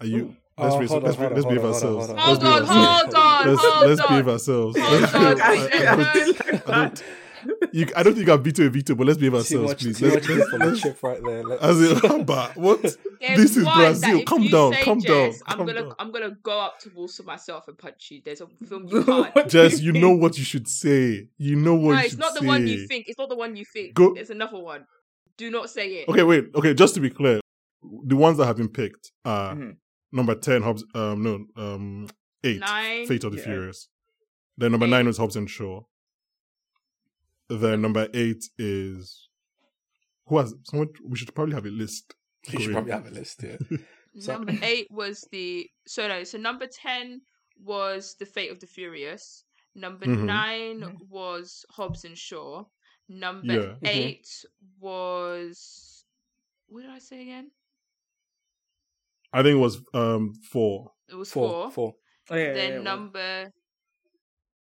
S3: Are you?
S2: Ooh.
S3: Let's,
S4: Oh,
S3: raise-
S4: hold on,
S3: let's,
S4: hold on,
S3: let's behave
S4: hold on,
S3: ourselves.
S4: hold
S1: Hold
S3: Let's behave
S1: on,
S3: ourselves.
S1: hold on,
S3: let's
S1: hold on.
S3: let's behave ourselves.
S1: Hold
S3: Let's
S1: on,
S3: behave- Oh, I- I
S1: Jess.
S3: don't- you, I don't think I've veto a veto, but let's behave
S4: Too
S3: ourselves,
S4: much,
S3: please.
S4: too much
S3: Let's-
S4: gift on the
S3: let's-
S4: chip right there. Let-
S3: as in, Hamba, what?
S1: There's
S3: This is
S1: one
S3: Brazil.
S1: That if
S3: Calm
S1: you
S3: down,
S1: say
S3: calm down,
S1: Jess, I'm
S3: calm
S1: gonna
S3: down.
S1: I'm gonna go up to Walsall myself and punch you. There's a film you can't.
S3: Jess, you know what you should say. You know what
S1: no,
S3: you
S1: it's
S3: should
S1: not the
S3: say.
S1: one you think. It's not the one you think.
S3: Go-
S1: There's another one. Do not say it.
S3: Okay, wait. Okay, just to be clear, the ones that have been picked are
S4: Mm-hmm.
S2: Mhm.
S3: number ten, Hobbs. Um, no, um, eight,
S1: Nine.
S3: Fate of the
S2: Yeah.
S3: Furious. Then number
S1: Eight.
S3: nine was Hobbs and Shaw. Then number eight is who has someone? We should probably have a list.
S4: You should
S3: Great.
S4: probably have a list here. So-
S1: Number eight was the so no. So number ten was the Fate of the Furious. Number
S3: Mhm.
S1: nine
S2: Mhm.
S1: was Hobbs and Shaw. Number
S3: Mm-hmm.
S4: Yeah. Mhm.
S1: eight was what did I say again?
S3: I think it was um four.
S1: It was
S4: Four,
S1: four.
S4: four.
S2: Oh, yeah, yeah,
S1: then
S2: yeah, well,
S1: number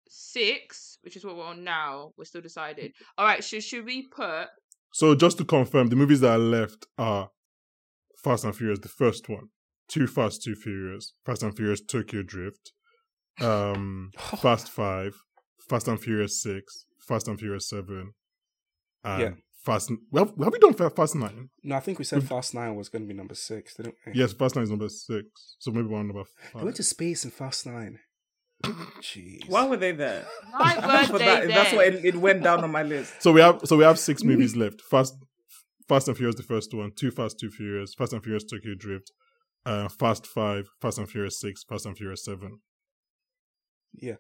S1: six, which is what we're on now, we're still decided. All right, so should we put
S3: So just to confirm, the movies that are left are Fast and Furious, the first one, Too Fast, Too Furious, Fast and Furious Tokyo Drift, um, Fast Five, Fast and Furious Six, Fast and Furious Seven, and
S4: Yeah.
S3: Fast. Well, have we done Fa- Fast Nine?
S4: No, I think we said Fast Nine was going to be number six, didn't we?
S3: Yes, Fast Nine is number six. So maybe one number
S4: They went
S3: five.
S4: to space in Fast Nine. Jeez.
S2: Why were they there?
S1: my
S2: I'm
S1: birthday?
S2: for that- That's
S1: then?
S2: why it, it went down on my list.
S3: So we have so we have six movies left. Fast Fast and Furious, the first one, Too Fast, Too Furious, Fast and Furious Tokyo Drift, uh, Fast Five, Fast and Furious Six, Fast and Furious Seven.
S4: Yeah,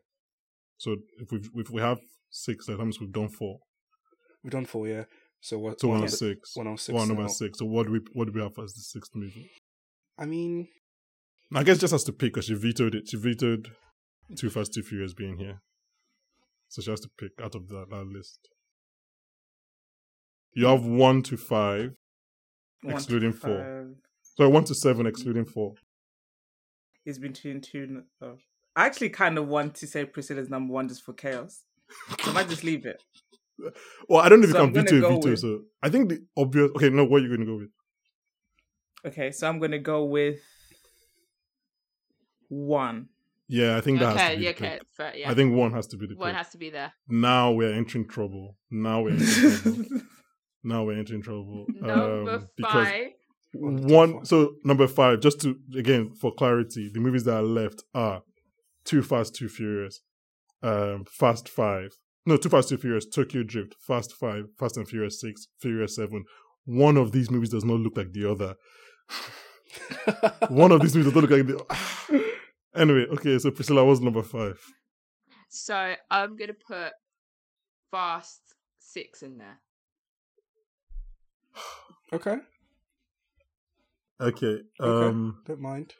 S3: So if we if we have six, that means we've done four.
S4: we've done four, yeah. So what?
S3: So one
S4: yeah,
S3: of six.
S4: One on six.
S3: One
S4: now.
S3: number six. So what do we what do we have as the sixth movie?
S4: I mean,
S3: I guess just has to pick because she vetoed it. She vetoed Too Fast, Too Furious being here. So she has to pick out of that, that list. You have one to five,
S2: One,
S3: Excluding
S2: two,
S3: four.
S2: five.
S3: so one to seven, excluding four.
S2: It's between two. Oh. I actually kind of want to say Priscilla's number one just for chaos. So I might just leave it.
S3: Well, I don't know if
S2: So
S3: you
S2: I'm
S3: can
S2: gonna
S3: veto a
S2: go
S3: veto.
S2: with-
S3: So I think the obvious. Okay, no, what are you going to go with?
S2: Okay, so I'm gonna go with one.
S3: Yeah, I think that has
S1: okay,
S3: to be
S1: yeah,
S3: the pick.
S1: okay, fair, yeah.
S3: I think one has to be the
S1: one
S3: pick.
S1: has to be there.
S3: now we're entering trouble. Now we're entering trouble. now we're entering trouble.
S1: Number
S3: Um, because
S1: five.
S3: one so number five just to again for clarity the movies that are left are too fast too furious um fast five no too fast too furious tokyo drift fast five fast and furious six furious seven one of these movies does not look like the other one of these movies does not look like the anyway okay so priscilla was number five
S1: So I'm gonna put Fast Six in there.
S4: okay,
S3: okay
S4: Okay.
S3: um
S4: don't mind.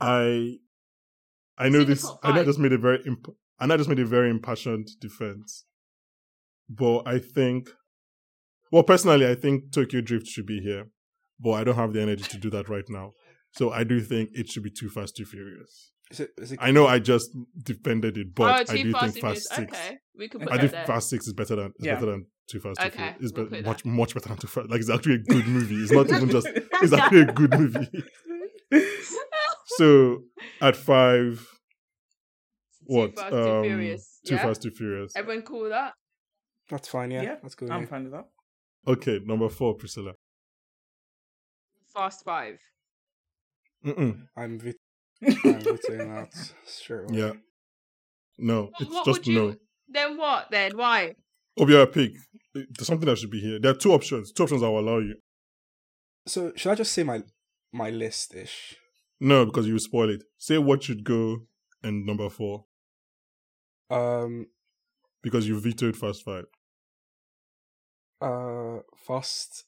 S3: I I
S1: It's
S3: know
S1: in the
S3: this
S1: top
S3: I know I
S1: five.
S3: just made a very imp- I know I just made a very impassioned defense. But I think well personally I think Tokyo Drift should be here. But I don't have the energy to do that right now. So I do think it should be too fast, too furious.
S4: Is it? Is it?
S3: I know I just defended it, but
S1: oh,
S3: I
S1: too
S3: do
S1: fast.
S3: think
S1: and Furious.
S3: fast six.
S1: Okay, we could put
S3: I
S1: that
S3: think
S1: there.
S3: fast six is better than is
S2: Yeah.
S3: better than Too Fast, Too
S1: Okay,
S3: Furious is
S1: we'll
S3: be-
S1: put
S3: much much better than Too Fast. Like it's actually a good movie. It's not even just. It's actually a good movie. So at five, what?
S1: Too fast,
S3: um,
S1: too furious.
S3: Too
S1: yeah?
S3: Fast, Too Furious.
S1: Everyone call that.
S4: That's fine, yeah.
S2: Yeah,
S4: That's good.
S2: I'm
S4: yeah.
S2: fine with that.
S3: Okay, number four, Priscilla.
S1: Fast Five.
S3: Mm-mm.
S4: I'm, vit- I'm vetoing that. Sure.
S3: Yeah. No,
S1: What-
S3: it's
S1: what
S3: just
S1: would you-
S3: no.
S1: Then what? Then why?
S3: Obia pick. Eh, There's something that should be here. There are two options. Two options I will allow you.
S4: So should I just say my my list ish?
S3: No, because you will spoil it. Say what should go in number four
S4: Um
S3: because you vetoed Fast Five.
S4: uh fast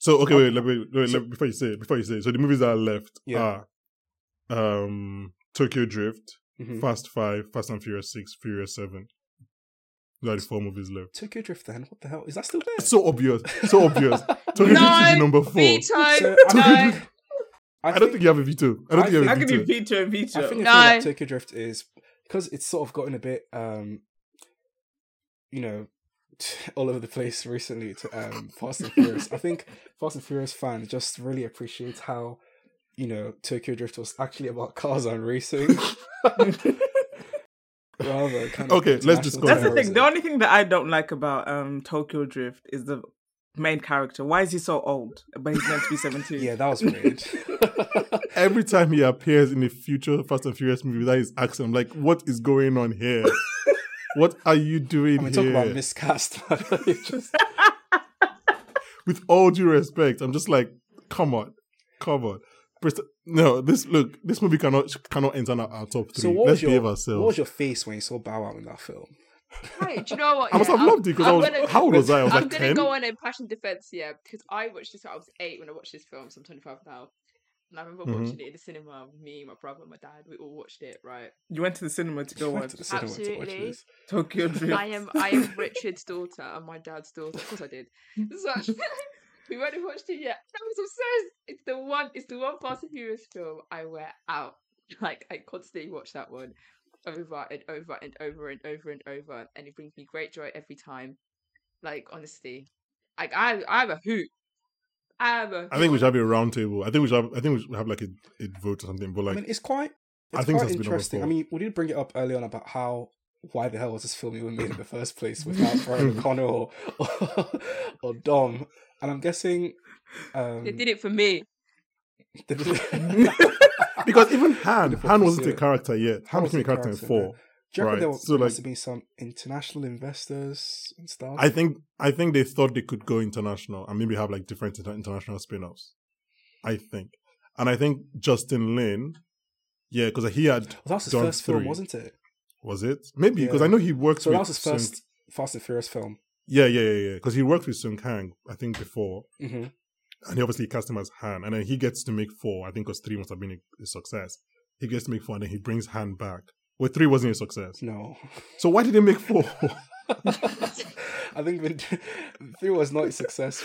S3: So okay, wait,
S4: Okay.
S3: let me wait,
S4: So-
S3: let, before you say it, before you say it. So the movies that are left
S4: Yeah.
S3: are um Tokyo Drift,
S1: Mm-hmm.
S4: mhm.
S3: Fast Five, Fast and Furious Six, Furious Seven. Those are the four movies left.
S4: Tokyo Drift then. What the hell? Is that still
S3: It's
S4: there?
S3: so obvious. So obvious. Tokyo Drift is the
S1: No,
S3: number four.
S1: Veto.
S4: So,
S1: no.
S4: I,
S3: I don't think you have a veto. I don't
S4: I
S3: think you
S2: How
S3: have a
S2: can
S3: veto.
S2: you veto veto?
S4: I think the
S1: No.
S4: thing about Tokyo Drift is because it's sort of gotten a bit, um, you know, all over the place recently to um, Fast and Furious. I think Fast and Furious fans just really appreciate how, you know, Tokyo Drift was actually about cars and racing. Rather than kind of
S3: Okay, let's discuss
S4: international
S2: That's the
S3: Whatever
S2: thing.
S4: terrorism.
S2: The only thing that I don't like about um Tokyo Drift is the main character. Why is he so old? But he's meant to be seventeen.
S4: Yeah, that was weird.
S3: Every time he appears in a future Fast and Furious movie, that is accent. I'm like, what is going on here? what are you doing
S4: I mean, talk
S3: here?
S4: about miscast. It's just-
S3: With all due respect, I'm just like, come on, come on. Pres- No, this look, this movie cannot cannot enter our, our top three.
S4: so what
S3: Let's
S4: was, your,
S3: behave
S4: what
S3: ourselves.
S4: was your face when you saw Bow Wow in that film?
S1: Hey, do you know what?
S3: I must
S1: Yeah,
S3: have loved it because I
S1: I'm
S3: was
S1: gonna-
S3: how old was I? I was
S1: I'm
S3: like
S1: gonna
S3: ten.
S1: go on in passion defense, yeah, because I watched this. when I was eight when I watched this film. So I'm 25 now, and I remember
S3: Mhm.
S1: watching it in the cinema. Me, my brother, my dad, we all watched it. Right?
S2: You went to the cinema to go
S4: You went
S2: watch
S4: to the cinema to watch
S1: Absolutely.
S4: this.
S2: Tokyo Drift.
S1: I am, I am Richard's daughter and my dad's daughter. Of course, I did. So we went and watched it. Yeah, I was obsessed. It's the one. It's the one Fast and Furious film I wear out. Like I constantly watch that one over and over and over and over and over, and it brings me great joy every time. Like honestly, like I, I'm a hoot. I'm a.
S3: I think we should have a round table. I think we should have I think we should have like a, a vote or something. But
S4: I
S3: like
S4: mean, it's quite.
S3: I
S4: It's
S3: think
S4: quite
S3: that's been
S4: interesting. I
S3: overthought.
S4: mean, we did bring it up early on about how why the hell was this film even made in the first place without Brian O'Connor or, or, or Dom? And I'm guessing um,
S1: They did it for me.
S3: because even Han,
S4: Beautiful
S3: Han wasn't a
S4: pursuit.
S3: character yet. Han
S4: Han wasn't
S3: became a character in
S4: character,
S3: four.
S4: no. Do you reckon
S3: Right,
S4: there
S3: so,
S4: must
S3: like-
S4: have been some international investors and stuff?
S3: I think I think they thought they could go international and maybe have like different inter- international spin-offs. I think, and I think Justin Lin, yeah, because he had
S4: well, that was his
S3: done
S4: first film,
S3: three.
S4: wasn't it?
S3: was it maybe
S4: Yeah.
S3: because I know he worked.
S4: So
S3: with
S4: that was his
S3: Sung-
S4: first Fast and Furious film.
S3: yeah, yeah, yeah, yeah. Because he worked with Sung Kang, I think, before,
S4: hmm
S3: and he obviously cast him as Han, and then he gets to make four. I think because three must have been a, a success. He gets to make four, and then he brings Han back. Well, three wasn't a success.
S4: No.
S3: So why did they make four?
S4: I think Vin- three was not a success,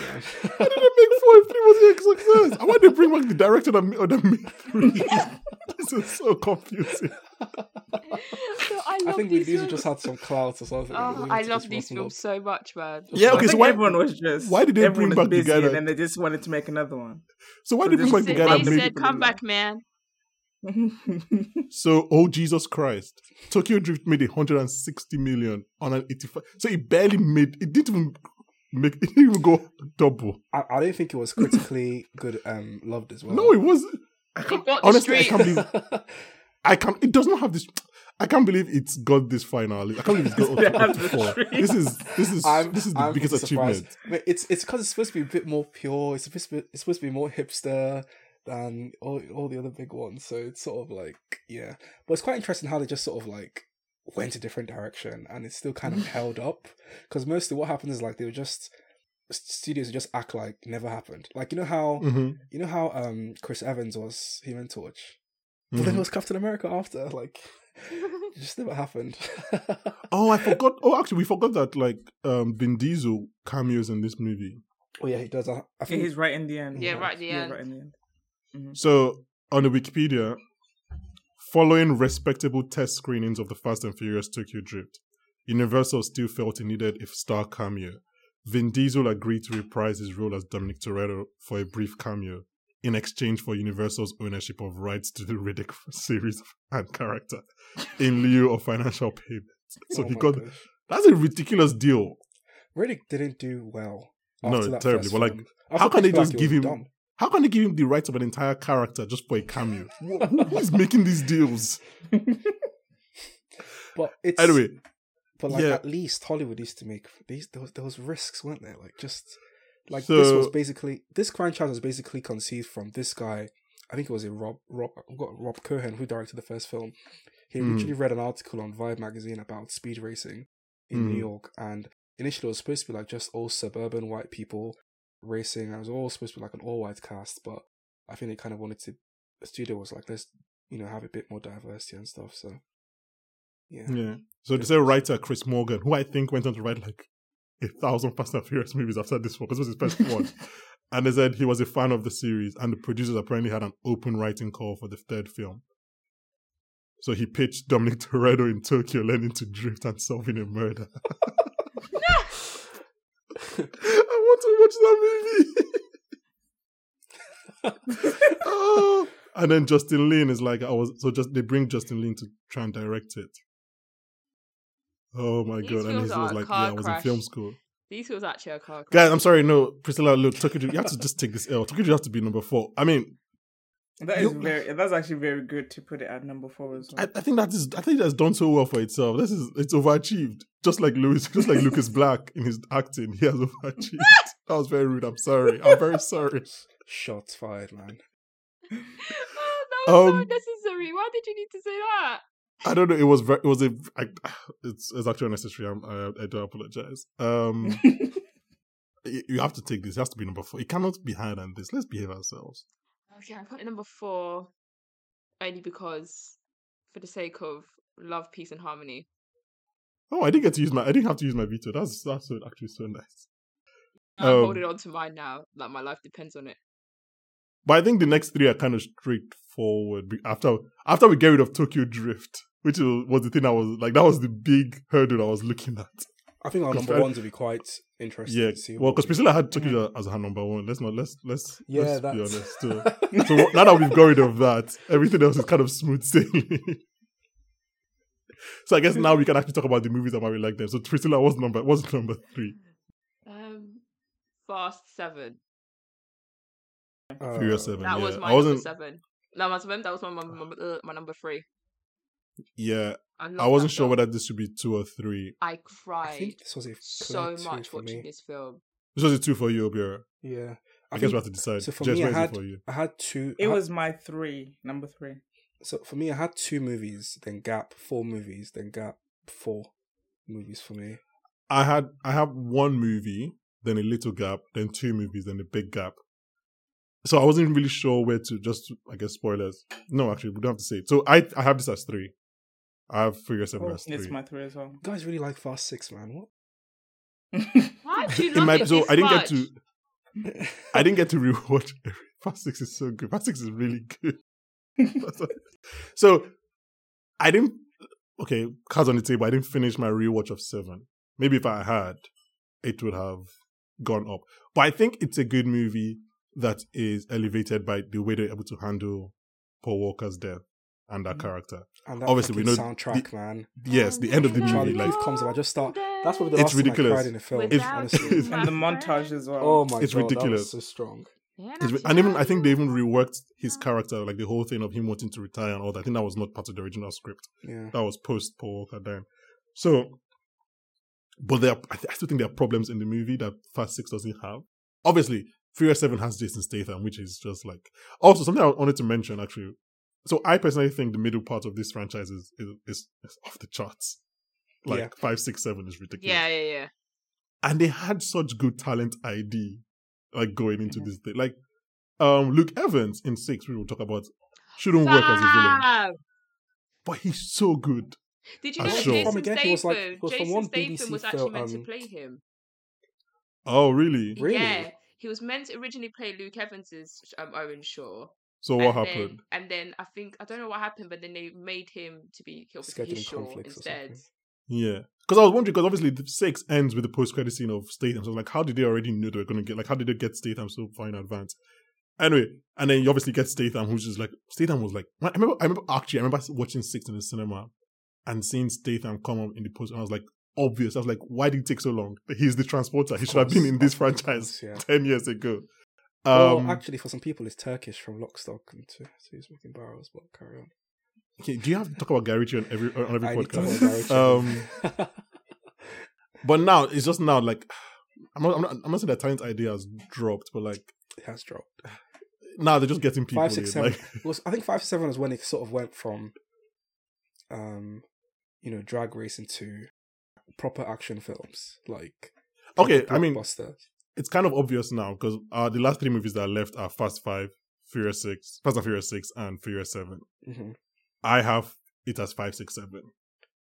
S4: man.
S3: Why did they make four if three wasn't a success? I want to bring back the director that, ma- that made three. this is so confusing.
S1: So I,
S4: I
S1: love
S4: think we
S1: these
S4: these
S1: films.
S4: just had some clout or something.
S1: Oh,
S4: We
S1: I
S4: just
S1: love these
S4: wasn't
S1: films so much, man.
S3: Yeah,
S2: I
S3: okay. So
S2: think
S3: why,
S2: everyone was just
S3: why did they
S2: everyone
S3: bring
S2: was
S3: back the
S2: busy
S3: guy
S2: and
S3: that?
S2: then they just wanted to make another one.
S3: So why
S2: so
S3: did they
S2: they
S3: bring back
S1: They
S2: said
S3: the guy that
S1: they
S2: amazing.
S3: made?
S1: said, "Come back, man."
S3: So oh Jesus Christ! Tokyo Drift made 160 million on an 85. So it barely made. It didn't even make. It didn't even go double.
S4: I, I don't think it was critically good um loved as well.
S3: No, it wasn't. I
S1: It
S3: can't,
S1: got the
S3: honestly, I
S1: streets.
S3: can't believe. I can't. It does not have this. I can't believe it's got this finally. I can't believe it's got
S2: They
S3: up to- up
S2: have
S3: to
S2: the
S3: four.
S2: streets.
S3: This is this is this is the biggest
S4: surprised.
S3: achievement.
S4: But it's it's because it's supposed to be a bit more pure. It's supposed to be, it's supposed to be more hipster than all all the other big ones. So it's sort of like yeah, but it's quite interesting how they just sort of like went a different direction and it's still
S3: Mm.
S4: kind of held up because mostly what happens is like they were just studios would just act like it never happened. Like you know how
S3: Mhm,
S4: you know how um Chris Evans was Human Torch. But then
S3: mhm.
S4: it was Captain America after. Like, it just never happened.
S3: Oh, I forgot. Oh, actually, we forgot that like um Vin Diesel cameos in this movie.
S4: oh yeah, he does. I, I
S2: Yeah,
S4: think
S2: he's right in the end.
S1: Yeah, right at the end.
S2: right in the end.
S3: So on the Wikipedia, following respectable test screenings of the Fast and Furious Tokyo Drift, Universal still felt it needed a star cameo. Vin Diesel agreed to reprise his role as Dominic Toretto for a brief cameo in exchange for Universal's ownership of rights to the Riddick series and character in lieu of financial payment. So
S4: Oh
S3: he
S4: my
S3: got
S4: gosh.
S3: that's a ridiculous deal.
S4: Riddick didn't do well.
S3: No,
S4: after that
S3: terribly,
S4: first
S3: but, like,
S4: film.
S3: how
S4: After
S3: can they
S4: Pitch Black,
S3: just
S4: it
S3: give
S4: was
S3: him-
S4: dumb.
S3: How can they give him the rights of an entire character just for a cameo? Who- Who is making these deals?
S4: But it's
S3: Anyway,
S4: But like
S3: Yeah.
S4: at least Hollywood used to make these. There was, there was risks, weren't there? Like just like this was
S3: So-
S4: basically this franchise was basically conceived from this guy. I think it was a Rob Rob I've got Rob Cohen who directed the first film. He
S3: Mm.
S4: originally read an article on Vibe magazine about speed racing in
S3: Mm.
S4: New York, and initially it was supposed to be like just all suburban white people racing. And it was all supposed to be like an all white cast, but I think they kind of wanted to. The studio was like, let's you know have a bit more diversity and stuff. So yeah,
S3: yeah. So there's a writer, Chris Morgan, who I think went on to write like a thousand Fast and Furious movies after this one because it was his first one. And they said he was a fan of the series, and the producers apparently had an open writing call for the third film. So he pitched Dominic Toretto in Tokyo, learning to drift and solving a murder. I want to watch that movie. oh. And then Justin Lin is like, I was so just they bring Justin Lin to try and direct it. Oh my
S1: These
S3: god! And
S1: films
S3: he
S1: are
S3: was
S1: a
S3: like,
S1: car
S3: yeah, I was in
S1: crash.
S3: film school.
S1: These was actually a car crash.
S3: Guys, I'm sorry. No, Priscilla, look, Tokyo, Drift- you have to just take this L. Tokyo, Drift has to be number four. I mean,
S2: That is
S3: You-
S2: very. That's actually very good to put it at number four as
S3: I,
S2: well.
S3: I think that is, I think that's done so well for itself. This is, it's overachieved. Just like Louis, just like Lucas Black in his acting, he has overachieved. that was very rude. I'm sorry. I'm very sorry.
S4: shots fired, man.
S1: Oh, that was so
S3: Um,
S1: unnecessary. Why did you need to say that?
S3: I don't know. It was very. It was a. I, it's, it's actually unnecessary. I'm, I, I do apologize. Um, you, you have to take this. It has to be number four. It cannot be higher than this. Let's behave ourselves.
S1: Okay, I put it number four only because, for the sake of love, peace, and harmony.
S3: Oh, I didn't get to use my. I didn't have to use my veto. That's that's so, actually so nice.
S1: I'm
S3: Um,
S1: holding on to mine now. Like my life depends on it.
S3: But I think the next three are kind of straightforward. be- After after we get rid of Tokyo Drift, which was was the thing I was like, that was the big hurdle I was looking at.
S4: I think our
S3: Because
S4: number
S3: I-
S4: ones would be quite interesting.
S3: Yeah,
S4: to see
S3: well,
S4: what
S3: because
S4: we-
S3: Priscilla had Tokyo as her number one. Let's not let's let's
S4: yeah,
S3: let's
S4: that's
S3: be honest. too. So wh- now that we've got rid of that, everything else is kind of smooth sailing. so I guess now we can actually talk about the movies that might be like them. So Priscilla was number was number three,
S1: Um, Fast Seven.
S4: Uh,
S3: Furious Seven.
S1: That
S3: yeah.
S1: was my
S3: I
S1: number
S3: wasn't.
S1: seven. No, my seven. That was my my, my, uh, my number three.
S3: Yeah,
S1: love
S3: I
S1: that
S3: wasn't sure
S1: film.
S3: whether this should be two or three.
S1: I
S4: I
S1: cried
S4: think this was a
S1: so
S4: clear two
S1: much
S4: for
S1: watching
S4: me.
S1: this film.
S3: This was a two for you, Obiora.
S4: Yeah,
S3: I,
S4: I,
S3: guess
S4: think
S3: we have to decide.
S4: so for
S3: Jess,
S4: me, I
S3: where is
S4: had-
S3: it for you?
S4: I had two.
S2: It
S4: I-
S2: was my three, number three.
S4: so for me. I had two movies, then gap four movies, then gap four movies for me.
S3: I had I have one movie, then a little gap, then two movies, then a big gap. So I wasn't really sure where to just I guess spoilers. No, actually we don't have to say it. So I I have this as three. I have Furious Seven
S4: Oh,
S3: as
S2: It's
S3: three.
S2: my three as well.
S4: You guys really like Fast Six, man. What?
S1: Why do you
S3: In
S1: love
S3: my
S1: it
S3: so
S1: this
S3: I didn't get
S1: much?
S3: to I didn't get to rewatch every Fast Six is so good. Fast Six is really good. so I didn't okay, cards on the table, I didn't finish my rewatch of seven. Maybe if I had, it would have gone up. But I think it's a good movie that is elevated by the way they're able to handle Paul Walker's death and that
S2: Mhm.
S3: character.
S4: and that
S3: Obviously, we
S4: fucking
S3: know
S4: soundtrack, man.
S3: Yes, the end of the
S4: When Charlie
S3: movie, like
S4: Puth comes up, I just start. That's probably the
S3: It's
S4: last time I
S3: ridiculous.
S4: cried in a film.
S3: It's-
S4: honestly.
S2: and the montage as well.
S4: oh my
S3: It's
S4: god, that
S3: ridiculous.
S4: was so strong.
S3: It's- and even I think they even reworked his character, like the whole thing of him wanting to retire and all that. I think that was not part of the original script.
S4: Yeah,
S3: that was post Paul Walker dying. So, but there, are, I, th- I still think there are problems in the movie that Fast Six doesn't have. Obviously, Furious Seven has Jason Statham, which is just like also something I wanted to mention actually. So I personally think the middle part of this franchise is is, is, is off the charts. Like
S4: Yeah.
S3: five, six, seven is ridiculous.
S1: Yeah, yeah, yeah.
S3: And they had such good talent ID, like going into
S2: Mhm.
S3: this thing. Like um Luke Evans in six, we will talk about, shouldn't work as a villain,
S1: Sam! but
S3: but he's so good.
S1: did you
S3: I'm
S1: know that
S3: sure.
S1: Jason
S4: From again, he
S1: Statham?
S4: was like- he was from
S1: Jason
S4: one
S1: Statham
S4: BBC
S1: was actually
S4: film,
S1: meant to
S4: um,
S1: play him.
S3: Oh, really?
S4: Really?
S1: Yeah, he was meant to originally play Luke Evans's um, Owen Shaw.
S3: So what
S1: and
S3: happened?
S1: Then, and then I think I don't know what happened, but then they made him to be killed
S4: Scheduling
S1: his Shaw
S4: conflicts or
S1: instead.
S4: something.
S3: Yeah. Because I was wondering, because obviously the six ends with the post credit scene of Statham. So I was like, how did they already know they were going to get, like, how did they get Statham so far in advance? Anyway, and then you obviously get Statham, who's just like, Statham was like, I remember, I remember actually, I remember watching Six in the cinema and seeing Statham come up in the post, and I was like, obvious. I was like, why did it take so long? He's the transporter. He
S4: Of
S3: should have been
S4: course,
S3: in this
S4: of course,
S3: franchise
S4: yeah.
S3: 10 years ago.
S4: Well,
S3: Um,
S4: actually, for some people, it's Turkish from Lockstock and two, two Smoking Barrels. But carry on.
S3: okay, do you have to talk about Guy Ritchie on every, on every
S4: I need to
S3: podcast? Um,
S4: follow direction.
S3: But now, it's just now, like, I'm not, I'm not, I'm not saying that talent idea has dropped, but like,
S4: it has dropped.
S3: now they're just getting people.
S4: Five, six,
S3: in,
S4: seven.
S3: like-
S4: Was I think five seven is when it sort of went from, um, you know, drag racing to proper action films like
S3: okay, I mean,
S4: Buster.
S3: it's kind of obvious now because uh, the last three movies that are left are Fast Five, Furious Six, Fast and Furious Six, and Furious Seven.
S4: hmm
S3: I have it as five, six, seven.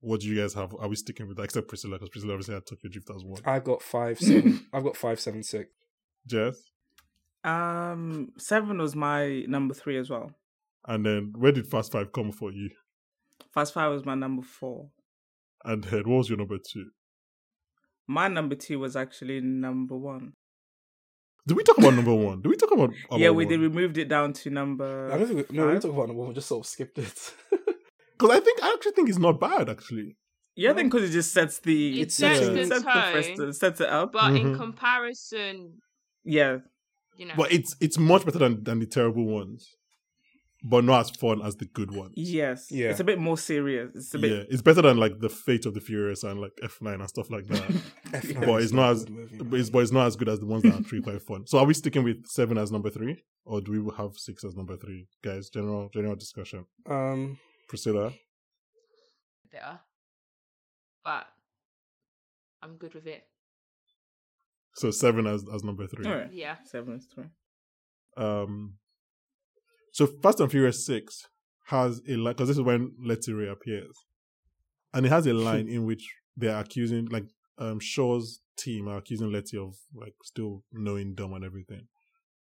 S3: What do you guys have? Are we sticking with that? Except Priscilla, because Priscilla obviously had Tokyo Drift as one.
S4: I've got five seven. I've got five seven six.
S3: Jess,
S2: Um, seven was my number three as well.
S3: and then where did Fast Five come for you?
S2: Fast Five was my number four.
S3: And then what was your number two?
S2: My number two was actually number one.
S3: Did we talk about number one? Did we talk about? about
S2: yeah, we
S3: one?
S2: did. We moved it down to number.
S4: Oh, I don't think we, no, we
S2: five?
S4: didn't talk about it. We just sort of skipped it.
S3: Because I think I actually think it's not bad actually.
S2: yeah, I think because it just sets the
S1: It
S2: it
S3: sets
S4: uh,
S2: sets,
S3: the
S2: it sets
S1: tone.
S2: the first, sets it up.
S1: But in
S3: Mhm.
S1: comparison,
S2: yeah,
S1: you know,
S3: But it's it's much better than than the terrible ones, but not as fun as the good ones.
S2: yes,
S4: Yeah.
S2: It's a bit more serious. It's a bit.
S3: yeah, it's better than like the Fate of the Furious and like F nine and stuff like that.
S4: F9
S3: But
S4: is
S3: it's
S4: not
S3: not
S4: a
S3: as-
S4: good movie,
S3: but,
S4: man.
S3: it's, but it's not as good as the ones that are actually quite fun. So are we sticking with seven as number three, or do we have six as number three, guys? General general discussion.
S4: Um,
S3: Priscilla,
S1: they are. But I'm good with it.
S3: so seven as as number three.
S2: All right.
S1: Yeah.
S2: Seven is three.
S3: Um, so Fast and Furious six has a line because this is when Letty Ray appears, and it has a line in which they are accusing like um Shaw's team are accusing Letty of like still knowing dumb and everything,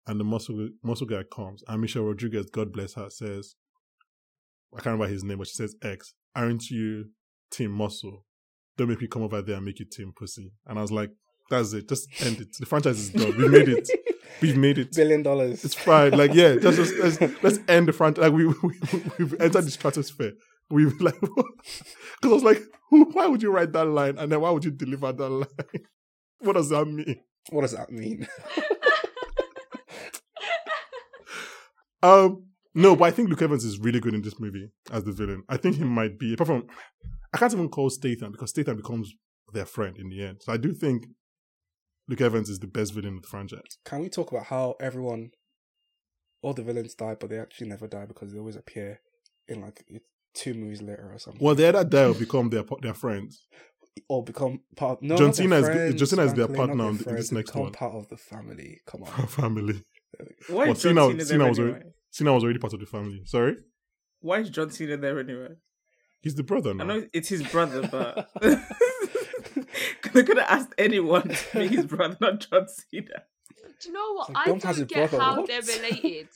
S3: and the muscle muscle guy comes and Michelle Rodriguez, God bless her, says, I can't remember his name, but she says X, aren't you Team Muscle? Don't make me come over there and make you Team Pussy. And I was like, that's it, just end it. The franchise is done. We made it. We've made it.
S4: billion dollars.
S3: It's fine. Like, yeah, let's just let's, let's end the front. Like, we, we we've entered the stratosphere. We've like, because I was like, who, why would you write that line and then why would you deliver that line? What does that mean?
S4: What does that mean?
S3: Um, no, but I think Luke Evans is really good in this movie as the villain. I think he might be. Apart from, I can't even call Statham because Statham becomes their friend in the end. So I do think Luke Evans is the best villain of the franchise.
S4: Can we talk about how everyone, all the villains die, but they actually never die because they always appear in like two movies later or something,
S3: Well, the other guy will become their their friends.
S4: or become part. No,
S3: John
S4: not their
S3: Cena is-
S4: friends,
S3: John Cena is their
S4: frankly,
S3: partner
S4: not
S3: on the- in
S4: friends,
S3: this
S4: they
S3: next
S4: become
S3: one.
S4: part of the family. Come on,
S3: family.
S2: Why
S3: Well,
S2: is John
S3: Cena-
S2: Cena, there
S3: Cena was
S2: anyway?
S3: Cena was already part of the family. Sorry,
S2: Why is John Cena there anyway?
S3: he's the brother now.
S2: I know it's his brother, but they could have asked anyone to be his brother, not John Cena.
S1: Do you know what?
S4: Like,
S1: I
S4: Dom has
S1: don't
S4: a
S1: get
S4: brother,
S1: how
S4: what?
S1: they're related.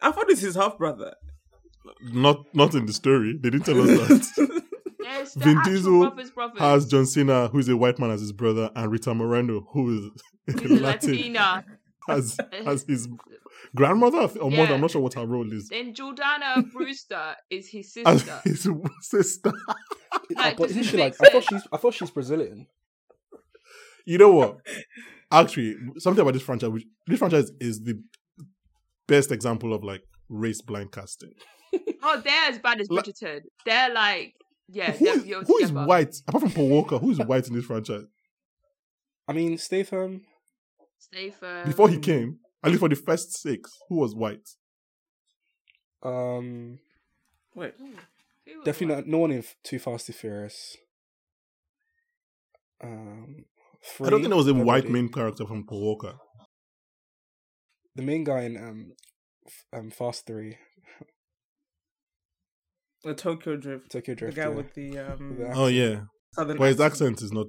S2: I thought it's his half brother.
S3: not not in the story. They didn't tell us that.
S1: Yes, the
S3: Vin
S1: actual
S3: Diesel
S1: brothers, brothers.
S3: Has John Cena, who is a white man, as his brother, and Rita Moreno, who is
S1: He's a
S3: a Latin,
S1: Latina.
S3: as as his grandmother or
S1: Yeah.
S3: mother. I'm not sure what her role is.
S1: Then Jordana Brewster is his
S3: As
S1: sister.
S3: his sister.
S1: Like,
S4: but
S1: does
S4: isn't
S1: this
S4: she like?
S1: make
S4: I thought
S1: sense?
S4: she's. I thought she's Brazilian.
S3: You know what? Actually, something about this franchise. Which, this franchise is the best example of like race blind casting.
S1: Oh, they're as bad as
S3: Like-
S1: Bridgerton. They're like, yeah,
S3: Who
S1: they're
S3: is-
S1: you're
S3: who is
S1: together.
S3: white apart from Paul Walker? Who is white in this franchise?
S4: I mean, Statham.
S1: Stay firm.
S3: Before he came, at least for the first six, who was white?
S4: Um,
S2: Wait,
S1: Ooh, who was
S4: definitely
S1: white?
S4: not, no one in F- Too Fast and Furious.
S3: I
S4: Um,
S3: don't
S4: three,
S3: think there was a white
S4: nobody.
S3: main character from Paul Walker.
S4: The main guy in um, f- um, Fast Three,
S2: the Tokyo Drift,
S4: Tokyo
S2: the
S4: Drift.
S2: guy
S4: yeah.
S2: with the um
S4: The-
S3: Oh yeah,
S2: southern.
S3: but his accent is not.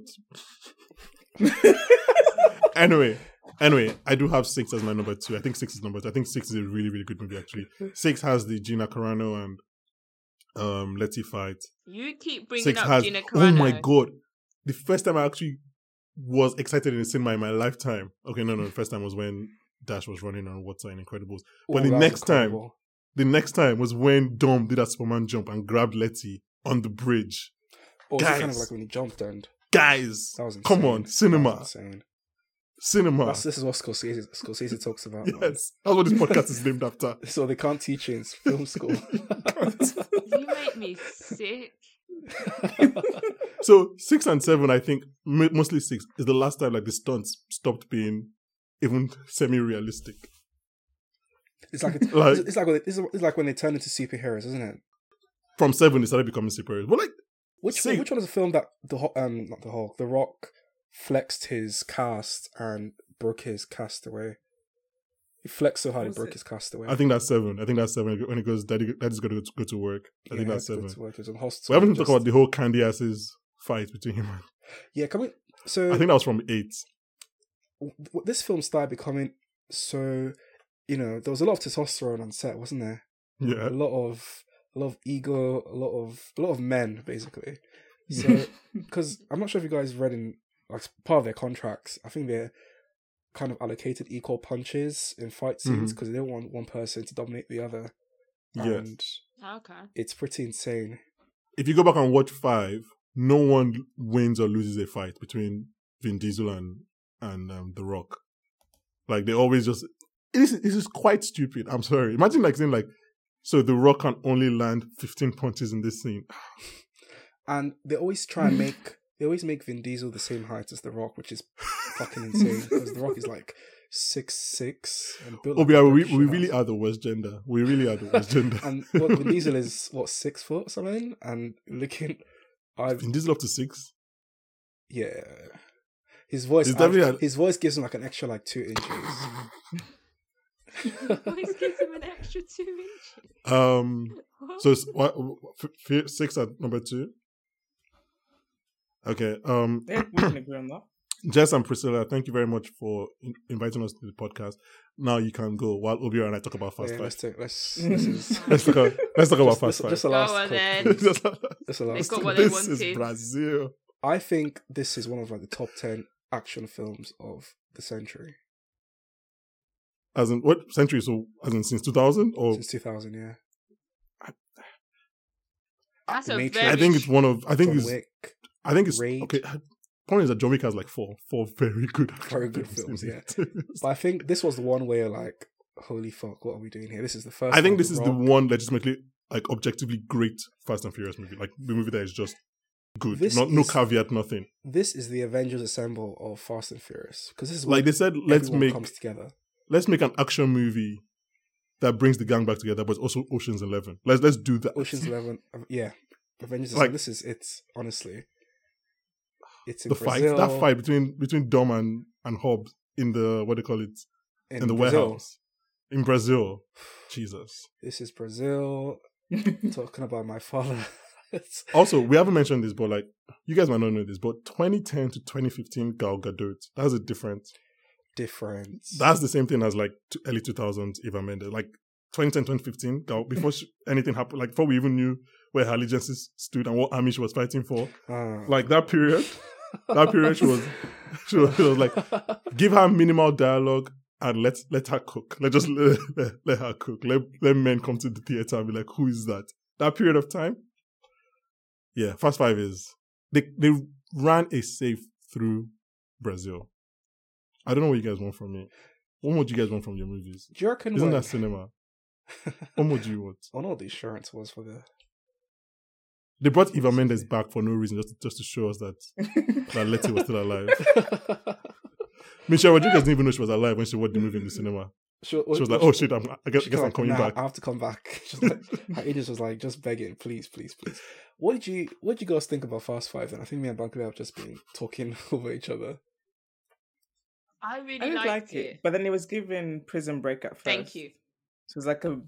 S3: anyway, anyway, I do have six as my number two. I think six is number two. I think six is a really really good movie actually. Six has the Gina Carano and um Letty fight.
S1: You keep bringing
S3: Six
S1: up
S3: has.
S1: Gina Carano.
S3: Oh my god! The first time I actually was excited in a cinema in my lifetime. Okay, no, no. The first time was when Dash was running on water in Incredibles. But the
S4: that was
S3: next time-
S4: incredible.
S3: The next time was when Dom did a Superman jump and grabbed Letty on the bridge.
S4: oh, it's kind of
S3: guys.
S4: like when he jumped and
S3: Guys,
S4: that was insane.
S3: come on,
S4: That was
S3: cinema,
S4: insane.
S3: cinema.
S4: That's, this is what Scorsese, Scorsese talks about. man.
S3: Yes, that's what this podcast is named after.
S4: So they can't teach you in film school.
S1: You make me sick.
S3: So six and seven, I think m- mostly six is the last time like the stunts stopped being even semi-realistic.
S4: it's like
S3: Like-
S4: it's, it's like when they, it's, it's like when they turn into superheroes, isn't it?
S3: From seven, they started becoming superheroes. But like,
S4: Which
S3: See-
S4: which one is a film that the Ho- um not the Hulk, the Rock flexed his cast and broke his cast away. He flexed so hard he
S2: Was
S4: broke
S2: it-
S4: his cast away.
S3: I think that's seven. I think that's seven. When it goes, daddy, daddy's got to go to work. I think
S4: Yeah,
S3: that's
S4: it's good
S3: seven.
S4: to work. It was on hospital.
S3: We haven't
S4: just-
S3: talked about the whole candy asses fight between him. and-
S4: Yeah, can we? So
S3: I think that was from eight.
S4: w- w- this film started becoming so. You know, there was a lot of testosterone on set, wasn't there?
S3: Yeah,
S4: a lot of a lot of ego, a lot of a lot of men basically. So because I'm not sure if you guys read in like part of their contracts, I think they're kind of allocated equal punches in fight scenes because they don't want one person to dominate the other.
S3: yeah.
S4: And
S1: Okay.
S4: it's pretty insane.
S3: If you go back and watch five, no one wins or loses a fight between Vin Diesel and and um, The Rock. Like they always just it is it is quite stupid. I'm sorry. Imagine like saying like, so The Rock can only land 15 punches in this scene.
S4: And they always try and make they always make Vin Diesel the same height as The Rock, which is fucking insane because The Rock is like six six and built.
S3: Oh,
S4: like
S3: we
S4: a
S3: are we,
S4: brick
S3: we
S4: shit
S3: really
S4: house.
S3: are the worst gender. We really are the worst gender.
S4: And what, Vin Diesel is what six foot or something, and looking, I've
S3: Vin Diesel up to six.
S4: Yeah. His voice,
S3: It's definitely a-
S4: his voice gives him like an extra like two inches.
S1: Always gives him an extra two inches.
S3: Um,
S1: What?
S3: so it's, what, f- f- six at number two. Okay. Um,
S2: Yeah, we can agree on that.
S3: Jess and Priscilla, thank you very much for in- inviting us to the podcast. Now you can go while Obira and I talk about fast
S4: yeah, let's
S3: fight.
S4: take let's this is
S3: Let's talk. About, let's talk about
S4: just,
S3: fast
S4: just,
S3: fight.
S4: just a
S1: Go
S4: last
S1: on
S4: clip,
S1: then.
S4: please.
S3: Just a-
S4: Just a last
S1: They've got
S4: clip.
S1: what they
S3: this is
S1: wanted.
S3: Brazil.
S4: I think this is one of like the top ten action films of the century.
S3: As in what century? So as in since two thousand or
S4: Since two thousand, yeah.
S1: That's
S4: The
S1: a
S4: Matrix.
S1: very.
S3: I think it's one of I think
S4: John
S3: it's
S4: Wick.
S3: I think it's
S4: Rage.
S3: okay. uh, Point is that John Wick has like four four very good action
S4: Very good films,
S3: in
S4: yeah.
S3: it.
S4: But I think this was the one where you're like, holy fuck, what are we doing here? This is the first
S3: I think
S4: time
S3: this is the
S4: Rock-
S3: one legitimately like objectively great Fast and Furious movie. Like the movie that is just good.
S4: This
S3: Not no
S4: is-
S3: caveat, nothing.
S4: this is the Avengers Assemble of Fast and Furious. Because this is
S3: Like
S4: like
S3: they said, let's
S4: everyone
S3: make
S4: comes together.
S3: let's make an action movie that brings the gang back together, but it's also Ocean's Eleven. Let's let's do that.
S4: Ocean's Eleven, uh, yeah, Avengers.
S3: Like-
S4: Like, this is it. Honestly, it's in
S3: the fight,
S4: Brazil,
S3: that fight between between Dom and and Hobbs in the what do you call it in, the
S4: Brazil.
S3: warehouse in Brazil. Jesus.
S4: This is Brazil. talking about my father. It's-
S3: Also, we haven't mentioned this, but like you guys might not know this, but 2010 to 2015 Gal Gadot. That's a different.
S4: different.
S3: That's the same thing as like t- early 2000s Eva Mendes. Like 2010 2015 Gal before she, anything happened, like before we even knew where her allegiances stood and what army she was fighting for.
S4: Ah.
S3: Like that period, that period she was- she was- she was like, give her minimal dialogue and let let her cook. Let just let, let, let her cook. Let let men come to the theater and be like, who is that? That period of time. Yeah, Fast Five is they they ran a safe through Brazil. I don't know what you guys want from me. What would you guys want from your movies?
S4: Do you reckon?
S3: Isn't
S4: like-
S3: that cinema? What would you want?
S4: I don't know what the insurance was for the.
S3: They brought Eva Mendes back for no reason, just just to show us that that Letty was still alive. Michelle Rodriguez didn't even know she was alive when she watched the movie in the cinema.
S4: she,
S3: She was like, "Oh shit, I'm, I guess, I
S4: she
S3: guess I'm
S4: like,
S3: coming
S4: "Nah,
S3: back."
S4: I have to come back. She's like, her agent was like, just begging, please, please, please. What did you What did you guys think about Fast Five? And I think me and Bankley have just been talking over each other.
S1: I really
S2: I did
S1: liked
S2: like
S1: it.
S2: it, but then it was given Prison Break at first.
S1: Thank you.
S2: So it's like a.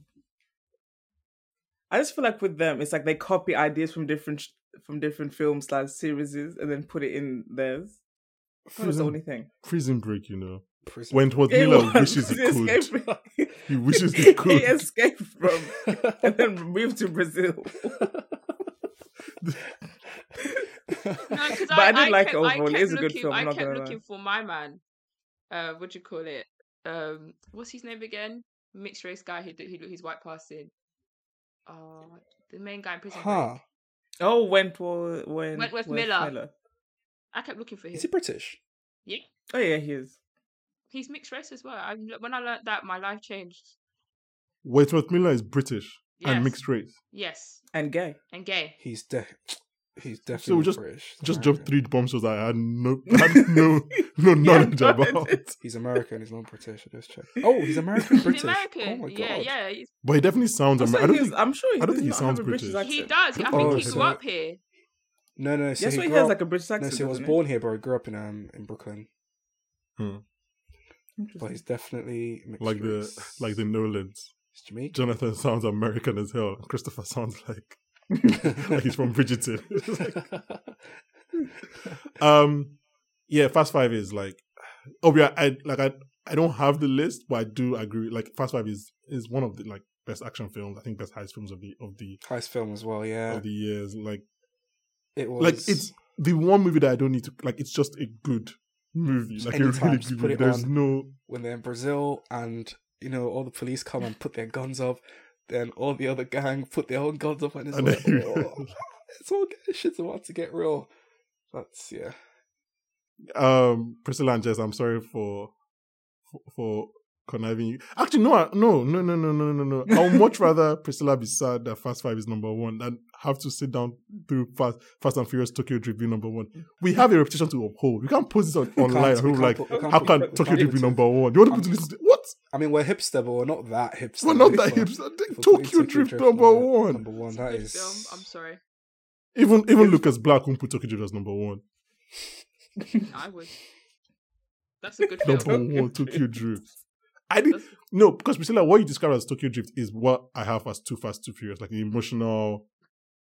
S2: I just feel like with them, it's like they copy ideas from different sh- from different films slash series and then put it in theirs. That was the
S3: Prison-
S2: only thing.
S3: prison break, you know.
S4: prison.
S3: Wentworth
S2: It
S3: Miller
S2: was-
S3: wishes he
S2: he escaped
S3: could.
S2: from-
S3: He wishes he
S2: he
S3: could.
S2: escaped from and then moved to Brazil.
S1: No, because
S2: But
S1: I,
S2: I did like
S1: kept,
S2: it overall.
S1: I
S2: It
S1: kept
S2: is a good
S1: looking,
S2: film,
S1: I
S2: I'm not
S1: kept
S2: gonna lie.
S1: looking for my man. Uh, what do you call it? Um, what's his name again? Mixed race guy who did- who he's white passing. Uh, the main guy in prison.
S4: huh?
S1: Break.
S2: Oh, Wentworth, Went,
S1: Wentworth Miller. I kept looking for him.
S4: Is he British?
S1: Yeah,
S2: Oh yeah, he is.
S1: he's mixed race as well. I, when I learned that, my life changed.
S3: Wentworth Miller is British
S1: Yes.
S3: and mixed race.
S1: Yes,
S2: And gay.
S1: and gay.
S4: He's de- he's definitely
S3: just-
S4: British. He's
S3: Just
S4: American.
S3: dropped three bombshells I had no, had no, no knowledge
S2: Yeah,
S3: about.
S4: He's American. He's not British. I just checked. Oh, he's American.
S1: He's
S4: British.
S1: American.
S4: Oh my god.
S1: Yeah, yeah. he's-
S3: But he definitely sounds
S2: Also,
S3: American. I don't
S2: he's-
S3: think
S2: I'm sure he,
S3: I don't
S2: does
S3: think he
S2: not
S3: sounds
S2: have a British.
S3: British.
S1: He
S2: accent.
S1: does. I think
S4: Oh,
S1: he grew
S4: so-
S1: up here.
S4: No, no. So
S2: That's
S4: he
S2: why he
S4: grew
S2: has
S4: up-
S2: like a British
S4: No,
S2: accent.
S4: so he was
S2: doesn't
S4: born here, but he grew up in um in Brooklyn. But
S2: Interesting.
S4: he's definitely mixed
S3: like the
S4: race.
S3: like the Nolans.
S4: He's Jamaican.
S3: Jonathan sounds American as hell. Christopher sounds like like he's from Bridgeton. It's like- um, yeah, Fast Five is like, oh yeah, I like I I don't have the list, but I do agree. Like Fast Five is is one of the like best action films. I think best heist films of the of the
S4: Heist film as well. Yeah,
S3: of the years. Like
S4: it was.
S3: like it's the one movie that I don't need to like. It's just a good movie. Like a
S4: anytime,
S3: really
S4: just
S3: good
S4: put
S3: movie.
S4: it
S3: There's
S4: on.
S3: no
S4: when they're in Brazil and you know all the police come and put their guns up, then all the other gang put their own guns up and it's
S3: and
S4: like,
S3: then-
S4: oh, it's all good. Shit's about to get real. That's yeah.
S3: um Priscilla and Jess, I'm sorry for for, for conniving you. Actually, no, I- no, no, no, no, no, no, no. I would much rather Priscilla be sad that Fast Five is number one than have to sit down through Fast Fast and Furious Tokyo Drift being number one. We have a reputation to uphold. We can't post this on,
S4: We can't-
S3: online.
S4: we
S3: Who
S4: can't
S3: like
S4: put- we can't
S3: how
S4: put-
S3: can
S4: we can't
S3: Tokyo Drift be
S4: put it-
S3: number one? Do you want to put this? What?
S4: I mean, we're hipster, but we're not that hipster.
S3: We're not
S4: If
S3: that
S4: we're-
S3: hipster.
S4: if we're putting
S3: Tokyo Drift number
S4: number-
S3: one.
S4: Number one.
S1: It's a
S4: That
S1: good
S4: is.
S1: film. I'm sorry.
S3: Even even Lucas Black won't put Tokyo Drift as number one.
S1: I would. That's a good film.
S3: Number one, Tokyo Drift. I did
S1: That's-
S3: No, because Priscilla, what you describe as Tokyo Drift is what I have as Too Fast, Too Furious, like the emotional.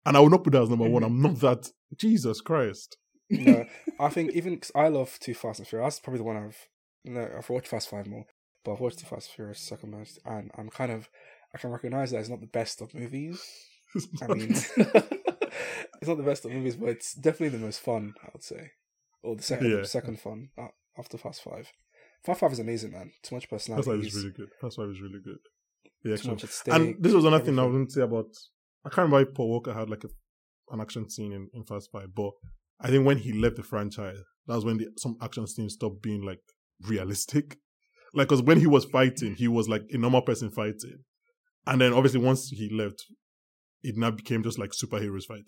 S3: And I would not put that as number one. I'm not that. Jesus Christ.
S4: no, I think even 'cause I love Too Fast and Furious. That's probably the one I've no, I've watched Fast Five more, but I've watched Too Fast and Furious second most, and I'm kind of I can recognize that it's not the best of movies. I mean, it's not the best of movies, but it's definitely the most fun. I would say, or the second
S3: Yeah.
S4: second fun uh, after Fast Five. Fast Five is amazing, man. Too much
S3: That's
S4: personality.
S3: why it's really good. That's why it's really good. The
S4: too
S3: action.
S4: much at stake.
S3: And this was another thing I was
S4: everything.
S3: going to say about. I can't remember if Paul Walker had like a, an action scene in, in Fast Five, but I think when he left the franchise, that was when the, some action scenes stopped being like realistic. Like, because when he was fighting, he was like a normal person fighting. And then obviously once he left, it now became just like superheroes fighting.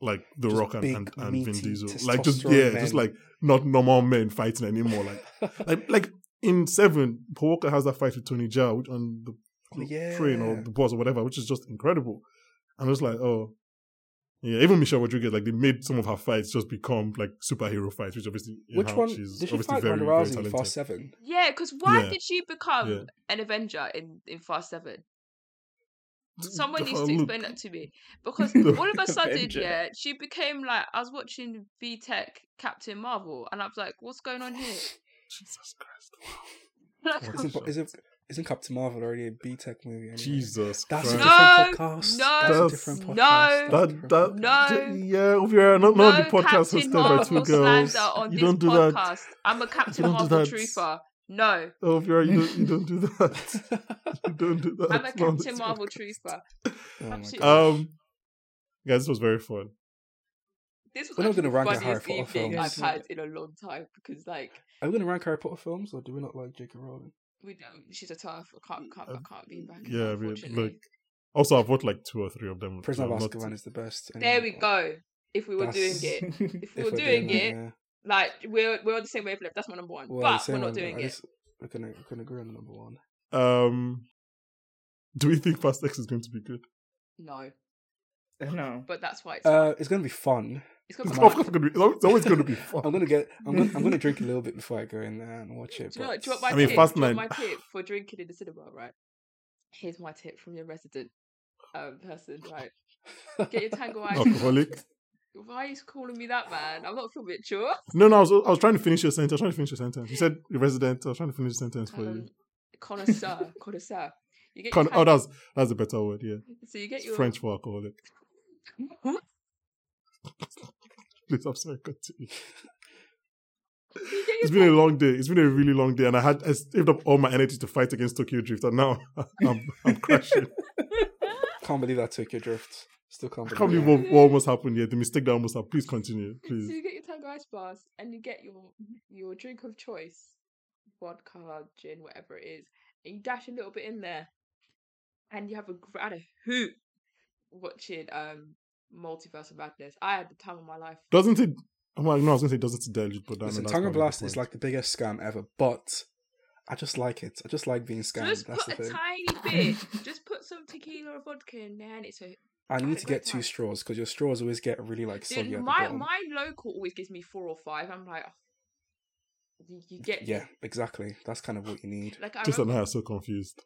S3: Like The
S4: Just
S3: Rock and,
S4: big,
S3: and, and Vin
S4: meaty,
S3: Diesel. Like just yeah,
S4: testosterone
S3: just
S4: men.
S3: like not normal men fighting anymore. Like like like in seven, Paul Walker has that fight with Tony Jaa which- on the
S4: Oh, yeah.
S3: train or the bus or whatever, which is just incredible. I'm just like, oh, yeah. Even Michelle Rodriguez, like they made some of her fights just become like superhero fights, which obviously in
S4: Which
S3: how
S4: one
S3: she's
S4: did she
S3: obviously
S4: fight
S3: very,
S4: Ronda
S3: very
S4: Rousey in
S3: talented.
S4: Fast Seven?
S1: Yeah, because why
S3: Yeah.
S1: did she become
S3: Yeah.
S1: an Avenger in, in Fast Seven? Someone
S3: Just
S1: needs
S3: a
S1: to
S3: oh, look.
S1: explain that to me because
S3: Look.
S1: all of a sudden,
S2: Avenger.
S1: yeah, she became like I was watching V Tech Captain Marvel, and I was like, "What's going on here?"
S3: Jesus Christ!
S1: Like,
S3: What a
S4: Isn't
S3: shot.
S4: isn't isn't Captain Marvel already a B Tech movie? Anyway?
S3: Jesus
S4: That's
S3: Christ!
S4: a
S1: No,
S4: different podcast.
S1: no,
S4: that's a
S3: That's-
S4: different
S1: no,
S4: podcast. that's a
S3: That
S4: different
S3: that
S1: No.
S3: yeah, we are not, not the
S1: no
S3: podcast
S1: Captain
S3: hosted by
S1: Marvel
S3: two girls.
S1: slander on
S3: You
S1: this
S3: don't do
S1: podcast.
S3: that.
S1: I'm a Captain
S3: don't do
S1: Marvel
S3: that.
S1: truther. No,
S3: Oh, you, you don't you don't do that.
S4: podcast.
S3: You don't do that.
S1: I'm a
S3: Not
S1: Captain
S3: this
S1: Marvel
S3: podcast.
S1: truther.
S4: Oh my
S1: Absolutely.
S4: gosh.
S3: Um, guys, this was very fun.
S1: This was
S4: We're not
S1: actually
S4: gonna
S1: the
S4: rank our Harry
S1: funniest
S4: Potter
S1: evening I've
S4: films.
S1: had in a long time because, like,
S4: Are we going to rank Harry Potter films, or do we not like J.K. Rowling?
S1: we don't. She's a tough. I can't, can't,
S3: Uh,
S1: I can't be back. in
S3: Yeah,
S1: that,
S3: I mean,
S1: unfortunately.
S3: look. Also, I've watched like two or three of them.
S4: Prisoner
S3: I'm
S4: of
S3: not-
S4: Azkaban is the best.
S1: There we
S4: anyway, but
S1: go. If we were doing
S4: That's-
S1: it, if we
S4: if
S1: were
S4: we're
S1: doing
S4: that,
S1: it,
S4: yeah.
S1: like we're we're on the same wavelength. That's my number one.
S4: Well, the
S1: but
S4: same
S1: we're not
S4: one,
S1: doing
S4: I
S1: it.
S4: just- we can we can agree on number one.
S3: Um, do we think Fast X is going to be good?
S1: No,
S2: No.
S1: but that's why it's,
S4: Uh, it's going to be fun.
S1: it's gonna
S3: It's,
S1: be.
S3: of
S1: Fun.
S3: course gonna be, it's always going to be fun.
S4: I'm gonna get. I'm gonna. I'm gonna drink a little bit before I go in there and watch it.
S1: Do you know,
S4: but-
S1: do you know what my
S3: I mean,
S1: tip?
S3: Fast
S1: do you know
S3: Nine-
S1: what my tip for drinking in the cinema, right? Here's my tip from your resident um, person, right? Get your tango ice.
S3: Alcoholic.
S1: Why are you calling me that, man? I'm not feeling sure.
S3: No, no, I was, I was trying to finish your sentence. I was trying to finish your sentence. You said resident. I was trying to finish the sentence for
S1: Um,
S3: you.
S1: connoisseur, connoisseur. You get
S3: Con-
S1: your
S3: oh,
S1: pan-
S3: that's that's a better word. Yeah,
S1: so you get
S3: It's
S1: your
S3: French for alcoholic.
S1: What?
S3: Please, I'm sorry. Continue.
S1: you get your
S3: It's been a long day. It's been a really long day, and I had I saved up all my energy to fight against Tokyo Drift, and now I'm, I'm crashing.
S4: Can't believe that took your drift. Still can't
S3: I
S4: believe,
S3: can't believe what,
S4: that.
S3: what almost happened here. The mistake that almost happened. Please continue.
S1: So
S3: Please.
S1: you get your Tiger Ice Blast and you get your your drink of choice, vodka, gin, whatever it is, and you dash a little bit in there, and you have a gr- I had a hoot watching um Multiverse of Madness. I had the time of my life.
S3: Doesn't it? I'm like, no, I was gonna say doesn't it dilute, but that,
S4: Listen,
S3: no, that's
S4: Tongue
S3: not
S4: and Blast is
S3: the
S4: like the biggest scam ever, but I just like it. I just like being scammed.
S1: Just
S4: That's
S1: put
S4: the
S1: a
S4: thing.
S1: tiny bit. Just put some tequila or vodka in there, and it's a
S4: I
S1: had
S4: need
S1: a
S4: to
S1: great
S4: get two
S1: time.
S4: straws because your straws always get really like
S1: Dude,
S4: soggy at the
S1: my
S4: bottom.
S1: my local always gives me four or five. I'm like, "Oh, you, you get
S4: Yeah, exactly. That's kind of what you need.
S1: like I
S3: Just and
S1: remember
S3: I are so confused.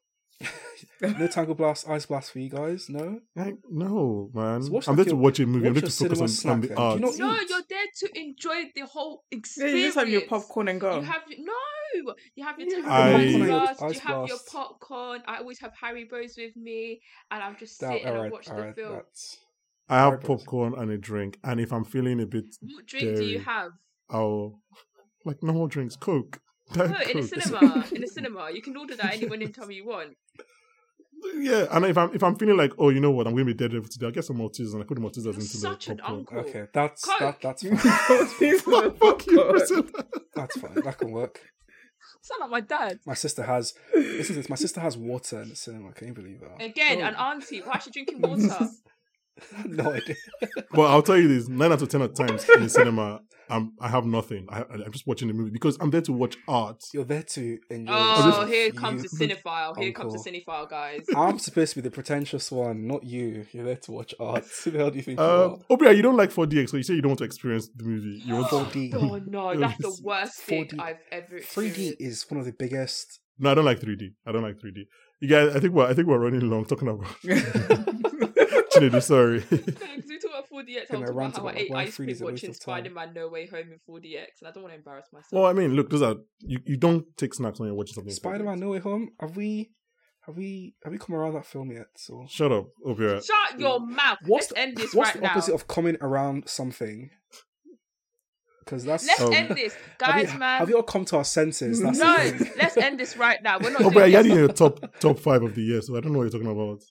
S4: no Tangle Blast, Ice Blast for you guys. No,
S3: Like, no, man.
S4: So watch
S3: I'm
S4: like
S3: there to
S4: your-
S3: watch a movie. I'm
S4: watch
S3: there to
S4: your
S3: focus
S4: cinema
S3: on, on the
S4: snack then. Do you
S3: art.
S4: not
S1: No,
S4: eat.
S1: you're there to enjoy the whole
S2: Yeah,
S1: experience.
S2: you just have your popcorn and go.
S1: You have no, you have your
S4: Yeah,
S1: yeah, ice blast.
S3: I- popcorn
S4: and
S1: You
S4: ice
S1: have your
S4: blast.
S1: popcorn. I always have Harry Bros with me, and I'm just
S4: That,
S1: sitting
S4: all
S1: and
S4: right,
S1: watch
S4: all
S1: the
S4: right.
S1: film.
S4: That's
S3: I have
S4: Starburst.
S3: popcorn and a drink, and if I'm feeling a bit,
S1: What drink do you
S3: Dairy.
S1: have?
S3: I'll like normal drinks, Coke, Diet
S1: No, in a
S3: Coke.
S1: cinema. in a cinema, you can order that any winning time you want.
S3: Yeah, and if I'm if I'm feeling like, oh, you know what, I'm going to be dead every today. I'll get some Maltesers and I put the Maltesers
S1: You're
S3: into
S1: such
S3: the
S1: an
S3: popcorn.
S1: uncle.
S4: okay. That's
S1: Coke.
S4: that. That's
S2: You
S4: fine.
S2: don't need the
S3: Fuck you,
S2: popcorn.
S3: Brazil.
S4: That's fine. That can work.
S1: Sound like my dad
S4: My sister has. Listen to this. My sister has water in the cinema. Can you believe that?
S1: again. An auntie. Why is she drinking water?
S4: no idea.
S3: But I'll tell you this: nine out of ten of times in the cinema, I'm I have nothing. I, I- I'm just watching the movie because I'm there to watch art.
S4: You're there to enjoy.
S1: oh,
S4: yourself,
S1: here
S4: you-
S1: comes the cinephile. Here comes the
S4: uncle.
S1: cinephile, guys.
S4: I'm supposed to be the pretentious one, not you. You're there to watch art. Who the hell do you think
S3: Uh,
S4: you
S3: Obia, you don't like 4DX, so you say you don't want to experience the movie. You
S4: are?
S3: want
S4: 4D.
S1: Oh no, that's the
S3: Yes.
S1: worst thing
S4: 4D.
S1: I've ever
S4: 3D
S1: experienced.
S4: is one of the biggest.
S3: No, I don't like 3D. I don't like 3D. You guys, I think we're I think we're running long talking about Chinedu. Sorry.
S1: Because we talk about 4DX,
S4: Can
S1: I'll
S4: I
S1: talk about
S4: rant
S1: how I
S4: about
S1: ate
S4: why
S1: ice
S4: 3D is
S1: cream
S4: a waste
S1: watching
S4: of time?
S1: Spider Man No Way Home in 4DX, and I don't want to embarrass myself.
S3: well, I mean, look, those are you, you don't take snacks when you're watching something.
S4: Spider Man No Way Home. Have we? Have we? Have we come around that film yet? So
S3: Shut up, Obia.
S1: Shut your mouth!
S4: What's
S1: Let's end this
S4: what's
S1: right
S4: the opposite
S1: now.
S4: of coming around something? Because that's
S1: Let's
S3: Um,
S1: end this,
S4: have you-
S1: guys, man.
S4: Have you all come to our senses? That's the
S1: No,
S4: thing.
S1: let's end this right now. We're not
S3: Oh,
S1: doing
S3: but you had it
S1: this.
S3: in your top top five of the year, so I don't know what you're talking about.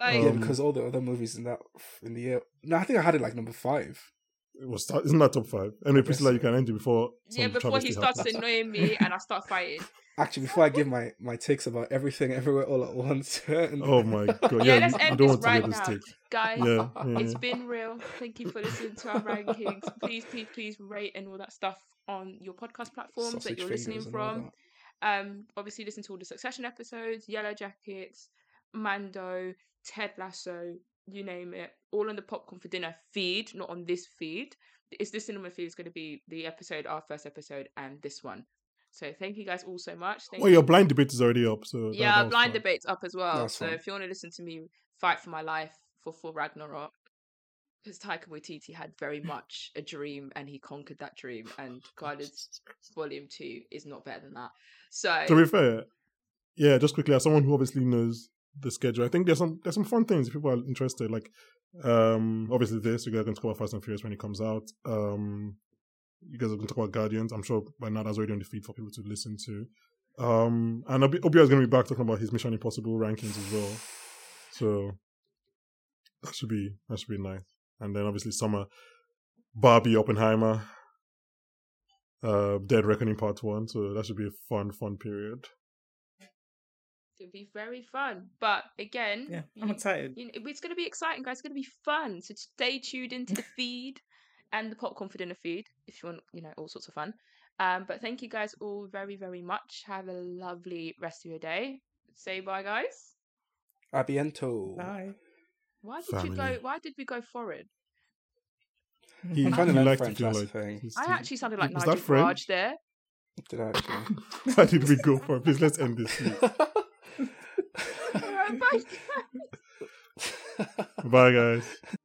S1: Like,
S4: yeah,
S3: Um,
S4: because all the other movies in that in the year. No, I think I had it like number five.
S3: It was start, isn't that top five? Anyway,
S4: guess
S3: Priscilla, you
S4: so.
S3: can end it before. some
S1: yeah, before he
S3: travesty
S1: starts
S3: happens.
S1: annoying me and I start fighting.
S4: Actually, before I give my my takes about everything, everywhere, all at once. and-
S3: Oh my god!
S1: Yeah,
S3: Yeah,
S1: let's
S3: you,
S1: end
S3: you don't
S1: this
S3: want to hear
S1: right
S3: this
S1: now.
S3: take.
S1: Guys,
S3: Yeah, yeah,
S1: It's
S3: yeah.
S1: been real. Thank you for listening to our rankings. Please, please, please rate and all that stuff on your podcast platforms that
S4: Sausage
S1: you're listening
S4: fingers and all
S1: from.
S4: that.
S1: Um, obviously listen to all the Succession episodes, Yellow Jackets, Mando, Ted Lasso, you name it. All on the Popcorn for Dinner feed, not on this feed. It's the cinema feed is going to be the episode, our first episode, and this one. So thank you guys all so much. Thank
S3: Well,
S1: you.
S3: your blind debate is already up, so that-
S1: Yeah,
S3: that was
S1: blind
S3: fun.
S1: debates up as well.
S4: That's
S1: so
S4: fine.
S1: if you want to listen to me fight for my life for for Ragnarok, because Taika Waititi had very much a dream and he conquered that dream, and Guardians Volume Two is not better than that. So
S3: To be fair, yeah, just quickly, as someone who obviously knows the schedule, I think there's some there's some fun things if people are interested. Like, um, obviously this you guys are going to talk about Fast and Furious when it comes out. Um, you guys are going to talk about Guardians. I'm sure by now that's already on the feed for people to listen to. Um, and Obi- Obia is going to be back talking about his Mission Impossible rankings as well. So that should be that should be nice. And then obviously summer, Barbie Oppenheimer, uh, Dead Reckoning Part One. So that should be a fun fun period.
S1: it'll be very fun. But again,
S2: yeah, I'm
S1: you-
S2: excited.
S1: you know, it's going to be exciting, guys. It's going to be fun. So stay tuned into the feed and the popcorn for dinner feed if you want, you know, all sorts of fun. Um, but thank you guys all very, very much. Have a lovely rest of your day. Say bye, guys.
S4: Abiento.
S2: Bye.
S1: Why did you go?
S3: Family.
S1: Why did we go forward?
S3: He,
S4: I kind of
S3: he
S4: learned
S3: liked to
S4: French.
S3: feel
S4: That's
S3: like.
S4: the thing.
S1: I actually sounded like
S3: was
S1: Nigel
S3: that French?
S1: Farage there.
S4: Did I actually?
S3: Why did we go for it? Please let's end this. here.
S1: All right, bye.
S3: Bye, guys.